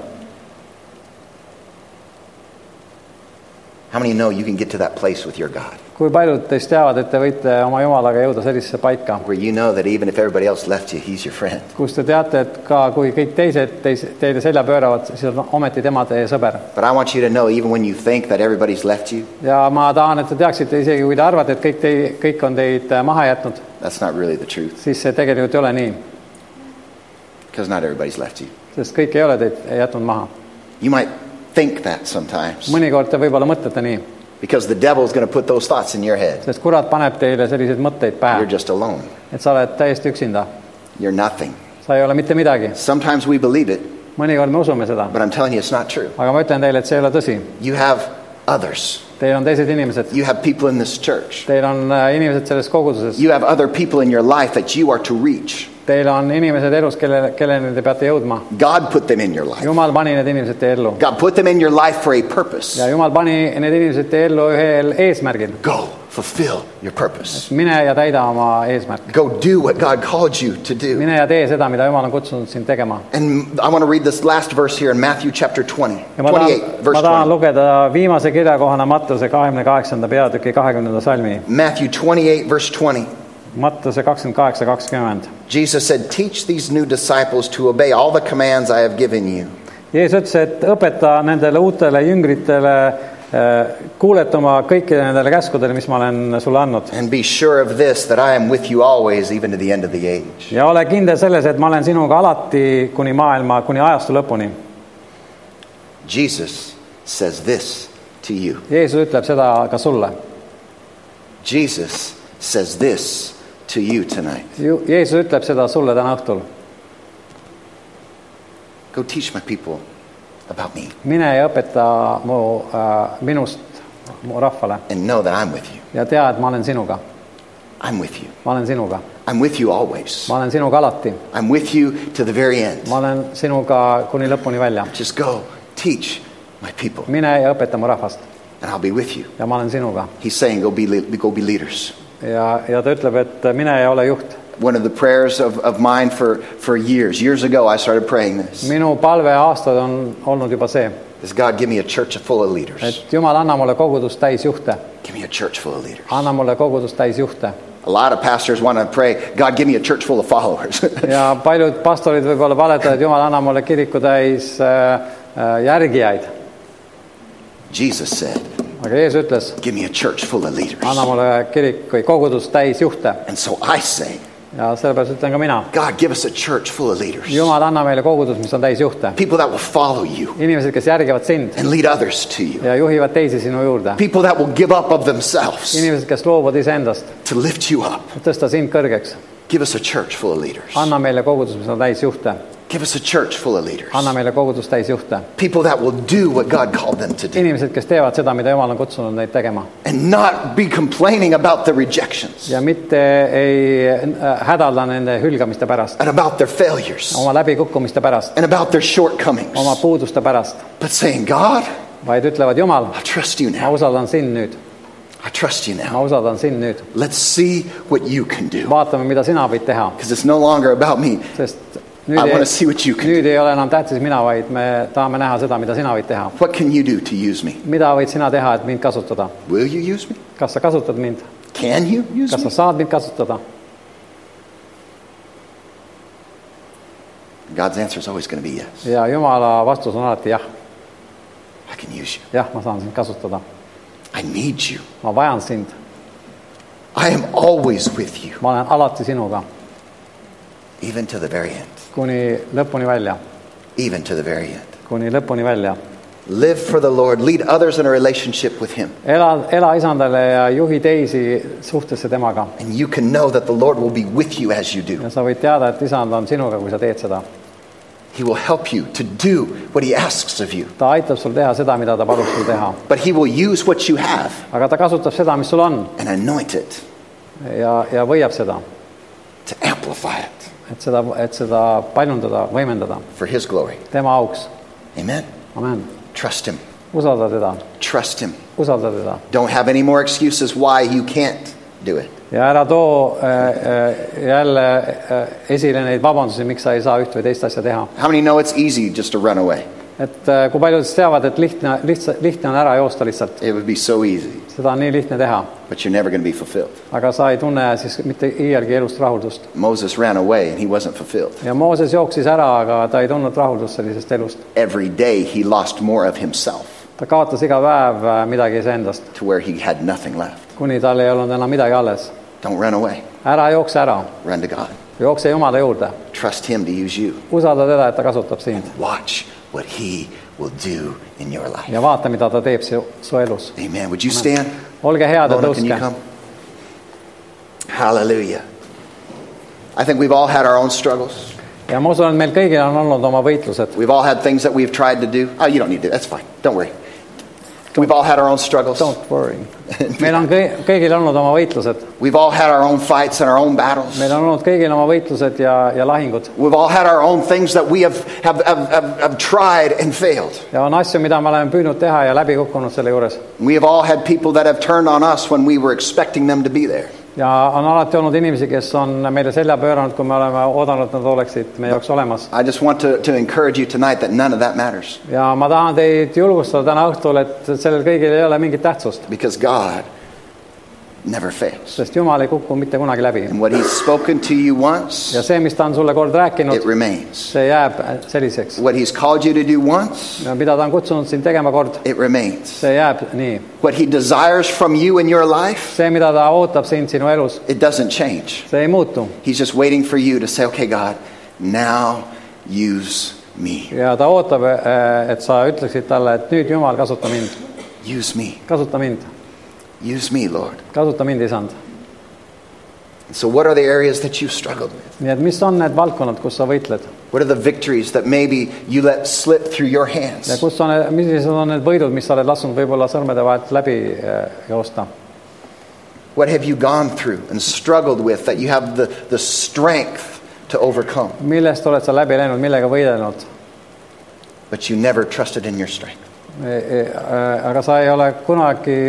B: How many know you can get to that place with your God
A: kui paljud teist teavad , et te võite oma Jumalaga jõuda sellisesse paika ,
B: where you know that even if everybody else left you, he's your friend?
A: kus te teate , et ka kui kõik teised teis, teile selja pööravad , siis on ometi tema teie sõber .
B: But I want you to know, even when you think that everybody's left you,
A: ja ma tahan , et te teaksite , isegi kui te arvate , et kõik tei- , kõik on teid äh, maha jätnud ,
B: that's not really the truth,
A: siis see tegelikult ei ole nii ,
B: because not everybody's left you.
A: sest kõik ei ole teid jätnud maha .
B: You might think that sometimes,
A: mõnikord te võib-olla mõtlete nii ,
B: because the devil's going to put those thoughts in your head.
A: sest kurat paneb teile selliseid mõtteid pähe
B: You're just alone.
A: et sa oled täiesti üksinda ,
B: You're nothing.
A: sa ei ole mitte midagi .
B: Sometimes we believe it,
A: mõnikord me usume seda ,
B: but I'm telling you, it's not true.
A: aga ma ütlen teile , et see ei ole tõsi .
B: You have others.
A: Teil on teised inimesed ,
B: You have people in this church.
A: teil on äh, inimesed selles koguduses ,
B: You have other people in your life that you are to reach.
A: teil on inimesed elus , kelle , kelleni te peate jõudma .
B: God put them in your life.
A: jumal pani need inimesed teie ellu
B: God put them in your life for a purpose.
A: ja jumal pani need inimesed teie ellu ühel eesmärgil .
B: Go fulfill your purpose.
A: mine ja täida oma eesmärk ,
B: Go do what God called you to do.
A: mine ja tee seda , mida jumal on kutsunud sind tegema .
B: And I want to read this last verse here in Matthew chapter 20,
A: ja ma
B: 28,
A: tahan ,
B: verse
A: ma tahan
B: 20.
A: lugeda viimase kirjakohana Mattuse kahekümne kaheksanda peatüki kahekümnenda salmi ,
B: Matthew 28, verse 20.
A: Mattuse kakskümmend kaheksa , kakskümmend
B: Jesus said, Teach these new disciples to obey all the commands I have given you.
A: Jeesus ütles , et õpeta nendele uutele jüngritele eh, kuuletama kõikidele nendele käskudele , mis ma olen sulle andnud .
B: And be sure of this, that I am with you always, even to the end of the age.
A: ja ole kindel selles , et ma olen sinuga alati kuni maailma , kuni ajastu lõpuni .
B: Jesus says this to you.
A: Jeesus ütleb seda ka sulle .
B: Jesus says this to you tonight.
A: Jeesus ütleb seda sulle täna õhtul .
B: Go teach my people about me
A: mine ja õpeta mu äh, , minust mu rahvale
B: and know that I'm with you.
A: ja tea , et ma olen sinuga ,
B: I'm with you.
A: ma olen sinuga ,
B: I'm with you always.
A: ma olen sinuga alati ,
B: I'm with you to the very end.
A: ma olen sinuga kuni lõpuni välja .
B: Just go teach my people,
A: mine ja õpeta mu rahvast
B: and I'll be with you.
A: ja ma olen sinuga
B: He's saying, go be, le- go be leaders.
A: ja , ja ta ütleb , et mine ja ole juht
B: One of the prayers of, of mine for, for years, years ago, I started praying this.
A: minu palve aastad on olnud juba see ,
B: Is God, give me a church full of leaders.
A: et Jumal , anna mulle kogudust täis juhte ,
B: Give me a church full of leaders.
A: anna mulle kogudust täis juhte .
B: A lot of pastors want to pray, God, give me a church full of followers. *laughs*
A: ja paljud pastorid võib-olla valetavad , Jumal , anna mulle kiriku täis äh, äh, järgijaid .
B: Jesus said,
A: aga Jeesus ütles ,
B: give me a church full of leaders.
A: anna mulle kirik või kogudust täis juhte .
B: And so I say,
A: ja sellepärast ütlen ka mina ,
B: God, give us a church full of leaders,
A: Jumal , anna meile kogudus , mis on täis juhte ,
B: people that will follow you
A: inimesed , kes järgivad sind
B: and lead others to you,
A: ja juhivad teisi sinu juurde ,
B: people that will give up of themselves
A: inimesed , kes loobuvad iseendast ,
B: to lift you up.
A: tõsta sind kõrgeks ,
B: Give us a church full of leaders.
A: anna meile kogudus , mis on täis juhte ,
B: Give us a church full of leaders,
A: anna meile kogudus täis juhte ,
B: people that will do what God called them to do
A: inimesed , kes teevad seda , mida Jumal on kutsunud neid tegema
B: and not be complaining about the rejections
A: ja mitte ei äh, hädalda nende hülgamiste pärast ,
B: and about their failures
A: oma läbikukkumiste pärast ,
B: and about their shortcomings,
A: oma puuduste pärast ,
B: but saying, God,
A: vaid ütlevad , Jumal ,
B: I trust you
A: ma
B: now.
A: usaldan sind nüüd ,
B: I trust you now.
A: ma usaldan sind nüüd ,
B: Let's see what you can do.
A: vaatame , mida sina võid teha ,
B: Because it's no longer about me.
A: sest
B: I
A: nüüd
B: want to see
A: ei ,
B: what you can do.
A: nüüd ei ole enam tähtis mina , vaid me tahame näha seda , mida sina võid teha .
B: What can you do to use me?
A: mida võid sina teha , et mind kasutada ?
B: Will you use me?
A: kas sa kasutad mind ,
B: Can you use
A: kas sa
B: me?
A: saad mind kasutada ?
B: God's answer is always going to be yes.
A: ja Jumala vastus on alati jah ,
B: I can use you.
A: jah , ma saan sind kasutada ,
B: I need you.
A: ma vajan sind ,
B: I am always with you,
A: ma olen alati sinuga
B: even to the very end.
A: kuni lõpuni välja ,
B: Even to the very end.
A: kuni lõpuni välja
B: Live for the Lord. Lead others in a relationship with Him.
A: ela , ela isandale ja juhi teisi suhtesse temaga
B: And you can know that the Lord will be with you as you do.
A: ja sa võid teada , et isand on sinuga , kui sa teed seda .
B: He will help you to do what He asks of you.
A: ta aitab sul teha seda , mida ta palub sul teha ,
B: But He will use what you have
A: aga ta kasutab seda , mis sul on
B: and anoint it
A: ja , ja võiab seda ,
B: to amplify it
A: et seda , et seda paljundada , võimendada
B: for His glory.
A: tema auks .
B: Amen.
A: amen ,
B: Trust Him.
A: usalda teda ,
B: Trust Him.
A: usalda teda
B: Don't have any more excuses why you can't do it.
A: ja ära too äh, äh, jälle äh, esile neid vabandusi , miks sa ei saa üht või teist asja teha .
B: How many know it's easy just to run away?
A: et äh, kui paljud siis teavad , et lihtne , lihtsa , lihtne on ära joosta lihtsalt ,
B: It would be so easy,
A: seda on nii lihtne teha
B: but you're never going to be fulfilled.
A: aga sa ei tunne siis mitte iialgi elust rahuldust .
B: Moses ran away and he wasn't fulfilled.
A: ja Mooses jooksis ära , aga ta ei tundnud rahuldust sellisest elust .
B: Every day he lost more of himself
A: ta kaotas iga päev äh, midagi iseendast ,
B: to where he had nothing left.
A: kuni tal ei olnud enam midagi alles .
B: Don't run away.
A: ära jookse ära ,
B: Run to God.
A: jookse Jumala juurde ,
B: Trust him to use you.
A: usalda teda , et ta kasutab sind
B: Watch what he will do in your life.
A: ja vaata , mida ta teeb su, su elus .
B: Amen. Would you stand?
A: olge head ja
B: Mona, can you
A: tõuske .
B: come? Hallelujah. I think we've all had our own struggles.
A: ja ma usun , et meil kõigil on olnud oma võitlused ,
B: We've all had things that we've tried to do. Oh, you don't need to. That's fine. Don't worry. We've all had our own struggles.
A: don't worry . meil on kõi- , kõigil olnud oma võitlused ,
B: We've all had our own fights and our own battles.
A: meil on olnud kõigil oma võitlused ja , ja lahingud
B: We've all had our own things that we have, have, have, have, have tried and failed.
A: ja on asju , mida me oleme püüdnud teha ja läbi kukkunud selle juures
B: We have all had people that have turned on us when we were expecting them to be there.
A: ja on alati olnud inimesi , kes on meile selja pööranud , kui me oleme oodanud , et nad oleksid meie jaoks olemas .
B: I just want to, to encourage you tonight that none of that matters
A: ja ma tahan teid julgustada täna õhtul , et sellel kõigil ei ole mingit tähtsust ,
B: because God never fails.
A: sest Jumal ei kuku mitte kunagi läbi .
B: And what He's spoken to you once,
A: ja see , mis ta on sulle kord
B: it
A: rääkinud ,
B: remains.
A: see jääb äh, selliseks .
B: What He's called you to do once,
A: ja mida ta on kutsunud sind tegema kord ,
B: it remains.
A: see jääb nii .
B: What He desires from you in your life,
A: see , mida ta ootab sind sinu elus ,
B: it doesn't change.
A: see ei muutu
B: He's just waiting for you to say, okay, God, now use me.
A: ja ta ootab , et sa ütleksid talle , et nüüd Jumal , kasuta mind ,
B: Use me.
A: kasuta mind ,
B: Use me, Lord.
A: kasuta mind , isand .
B: So, what are the areas that you've struggled with?
A: nii et mis on need valdkonnad , kus sa võitled ?
B: What are the victories that maybe you let slip through your
A: ja
B: hands?
A: kus on , millised on need võidud , mis sa oled lasknud võib-olla sõrmede vahelt läbi eh, joosta ?
B: What have you gone through and struggled with that you have the, the strength to overcome,
A: millest oled sa läbi läinud , millega võidelnud ?
B: but you never trusted in your strength?
A: E, äh, aga sa ei ole kunagi ,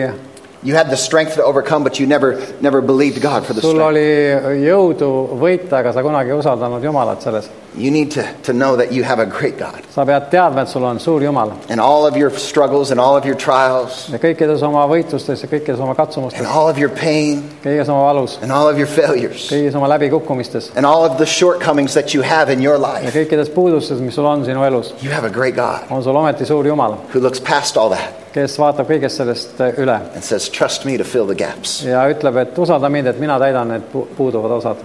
B: You had the strength to overcome, but you never, never believed God for the
A: sul
B: strength.
A: oli jõudu võita , aga sa kunagi ei usaldanud Jumalat selles .
B: You need to, to know that you have a great God.
A: sa pead teadma , et sul on suur Jumal
B: And all of your struggles and all of your trials
A: ja kõikides oma võitlustes ja kõikides oma
B: and
A: katsumustes ,
B: all of your pain
A: kõiges oma valus ,
B: and all of your failures
A: kõiges oma läbikukkumistes
B: and all of the shortcomings that you have in your
A: ja
B: life,
A: kõikides puudustes , mis sul on sinu elus ,
B: you have a great God
A: on sul ometi suur Jumal ,
B: who looks past all that
A: kes vaatab kõigest sellest eh, üle
B: and says, Trust me to fill the gaps.
A: ja ütleb , et usalda mind , et mina täidan need pu- puuduvad osad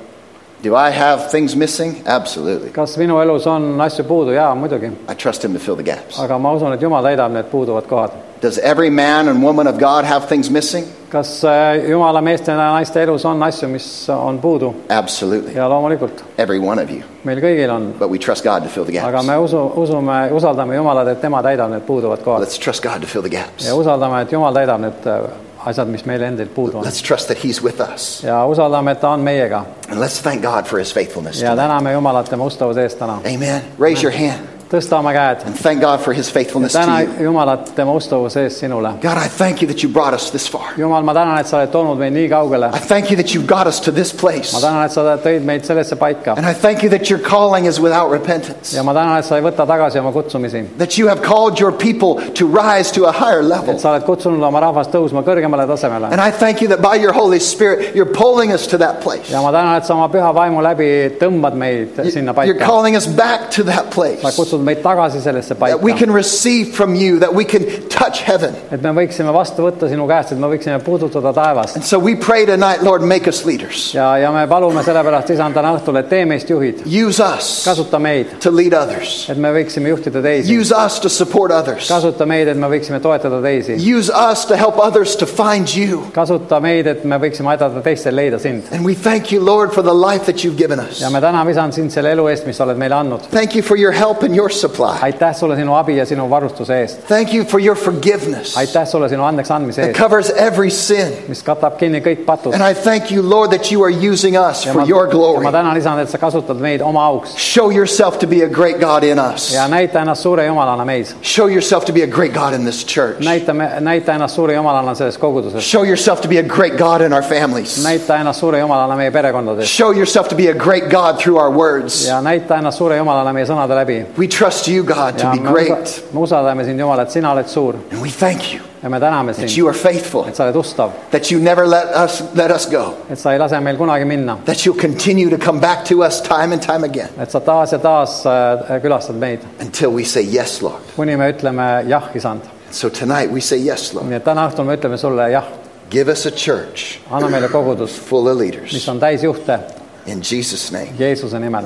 B: Do I have things missing? Absolutely.
A: kas minu elus on asju puudu? jaa , muidugi .
B: I trust Him to fill the gaps.
A: aga ma usun , et Jumal täidab need puuduvad kohad .
B: Does every man and woman of God have things missing?
A: kas äh, Jumala meeste ja naiste elus on asju , mis on puudu ?
B: Absolutely.
A: ja loomulikult ,
B: Every one of you.
A: meil kõigil on ,
B: But we trust God to fill the
A: aga
B: gaps.
A: me usu , usume , usaldame Jumalat , et tema täidab need puuduvad kohad
B: Let's trust God to fill the gaps.
A: ja usaldame , et Jumal täidab need äh, asjad , mis meil endil puudu on
B: Let's trust that He's with us.
A: ja usaldame , et ta on meiega
B: And let's thank God for His faithfulness.
A: ja täname Jumalat tema ustavuse eest täna .
B: Amen. Raise your hand
A: tõsta oma käed ,
B: and thank God for His faithfulness
A: täna
B: to you.
A: Jumalat tema ustavuse eest sinule .
B: God, I thank you that you brought us this far.
A: Jumal , ma tänan , et sa oled toonud meid nii kaugele
B: I thank you that you got us to this place.
A: ma tänan , et sa tõid meid sellesse paika
B: And I thank you that your calling is without repentance.
A: ja ma tänan , et sa ei võta tagasi oma kutsumisi .
B: That you have called your people to rise to a higher
A: et
B: level.
A: sa oled kutsunud oma rahvast tõusma kõrgemale tasemele
B: And I thank you that by your Holy Spirit, you're pulling us to that place.
A: ja ma tänan , et sa oma püha vaimu läbi tõmbad meid sinna
B: You're
A: paika .
B: calling us back to that place.
A: sa kutsud meid tagasi sellesse
B: That we
A: paika ,
B: can receive from you, that we can touch heaven.
A: et me võiksime vastu võtta sinu käest , et me võiksime puudutada taevast
B: And so we pray tonight, Lord, make us leaders.
A: ja , ja me palume sellepärast , isand , täna õhtul , et tee meist juhid ,
B: Use us
A: kasuta meid ,
B: to lead others.
A: et me võiksime juhtida teisi ,
B: Use us to support others.
A: kasuta meid , et me võiksime toetada teisi ,
B: Use us to help others to find you.
A: kasuta meid , et me võiksime aidata teistel leida sind
B: And we thank you, Lord, for the life that you've given us.
A: ja me täname , isand , sind selle elu eest , mis sa oled meile andnud .
B: Thank you for your help and your supply.
A: aitäh sulle sinu abi ja sinu varustuse eest .
B: Thank you for your forgiveness
A: aitäh sulle sinu andeks andmise
B: that
A: eest ,
B: covers every sin.
A: mis katab kinni kõik patud .
B: And I thank you, Lord, that you are using us
A: ja
B: for
A: ma,
B: your
A: ja ma
B: glory.
A: tänan , isand , et sa kasutad meid oma auks
B: Show yourself to be a great God in us.
A: ja näita ennast suure jumalana meis .
B: Show yourself to be a great God in this church.
A: näita , näita ennast suure jumalana selles koguduses .
B: Show yourself to be a great God in our families.
A: näita ennast suure jumalana meie perekondades
B: Show yourself to be a great God through our words.
A: ja näita ennast suure jumalana meie sõnade läbi .
B: We trust you, God, to
A: ja
B: be
A: me,
B: great.
A: usa, me usaldame sind , Jumal , et sina oled suur
B: And we thank you
A: ja me täname
B: that
A: sind ,
B: you are faithful,
A: et sa oled ustav ,
B: that you never let us, let us go,
A: et sa ei lase meil kunagi minna ,
B: that you'll continue to come back to us time and time again
A: et sa taas ja taas äh, külastad meid ,
B: until we say, Yes, Lord.
A: kuni me ütleme jah , isand
B: So tonight we say, Yes, Lord.
A: nii et täna õhtul me ütleme sulle jah ,
B: Give us a church
A: anna meile kogudus ,
B: full of
A: mis
B: leaders.
A: on täis juhte
B: In Jesus' name.
A: Jeesuse nimel ,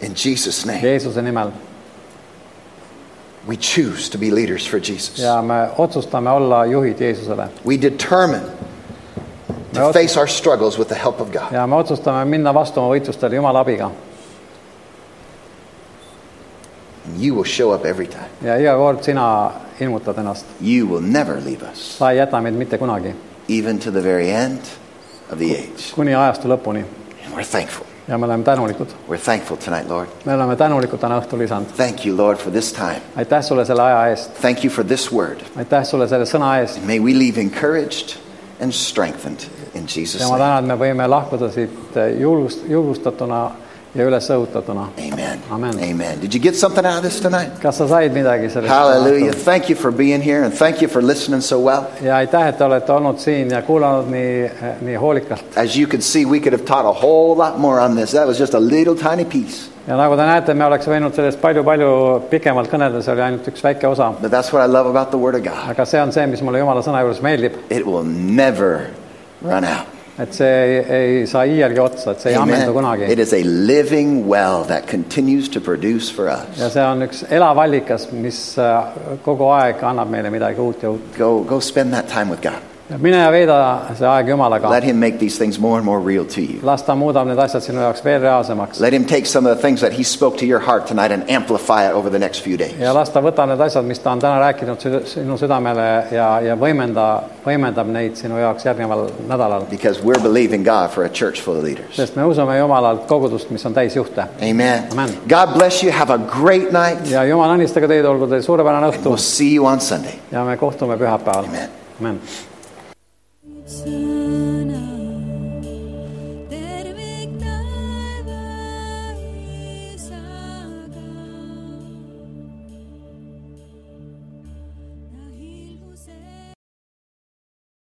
B: In Jesus' name.
A: Jeesuse nimel
B: We choose to be leaders for Jesus.
A: ja me otsustame olla juhid Jeesusele
B: We determine to
A: Well-
B: face our struggles with the help of God.
A: ja me otsustame minna vastu oma võitlustele Jumala abiga
B: And you will show up every time.
A: ja iga kord sina ilmutad ennast ,
B: You will never leave us,
A: sa ei jäta meid mitte kunagi ,
B: even to the very end of the age.
A: kuni ajastu lõpuni
B: And we're thankful.
A: ja me oleme tänulikud ,
B: We're thankful tonight, Lord.
A: me oleme tänulikud täna õhtul , isand ,
B: Thank you, Lord, for this time.
A: aitäh sulle selle aja eest ,
B: Thank you for this word.
A: aitäh sulle selle sõna eest
B: May we leave encouraged and strengthened in Jesus'
A: ja ma
B: name.
A: tänan , et me võime lahkuda siit eh, julgust , julgustatuna ja üles õhutatuna .
B: Amen.
A: Amen.
B: Amen. Did you get something out of this tonight?
A: kas sa said midagi sellest ?
B: Hallelujah. Thank you for being here and thank you for listening so well.
A: ja aitäh , et te olete olnud siin ja kuulanud nii , nii hoolikalt
B: As you can see, we could have taught a whole lot more on this. That was just a little tiny piece.
A: ja nagu te näete , me oleks võinud sellest palju-palju pikemalt kõnelda , see oli ainult üks väike osa ,
B: But that's what I love about the Word of God.
A: aga see on see , mis mulle Jumala sõna juures meeldib ,
B: It will never run out.
A: et see ei, ei saa iialgi otsa , et see ei ammendu kunagi
B: It is a living well that continues to produce for us.
A: ja see on üks elav allikas , mis äh, kogu aeg annab meile midagi uut ja uut .
B: Go, go spend that time with God.
A: mine ja veeda see aeg Jumalaga ,
B: Let Him make these things more and more real to you.
A: las ta muudab need asjad sinu jaoks veel reaalsemaks
B: Let Him take some of the things that He spoke to your heart tonight and amplify it over the next few days.
A: ja las ta võtab need asjad , mis ta on täna rääkinud süda- sinu südamele ja , ja võimenda , võimendab neid sinu jaoks järgneval nädalal .
B: Because we're believing God for a church full of leaders.
A: sest me usume Jumalalt kogudust , mis on täis juhte .
B: Amen.
A: Amen.
B: God bless you. Have a great night.
A: ja Jumal õnnistage teid , olgu teil suurepärane õhtu
B: We'll see you on Sunday.
A: ja me kohtume pühapäeval
B: Amen. .
A: amen .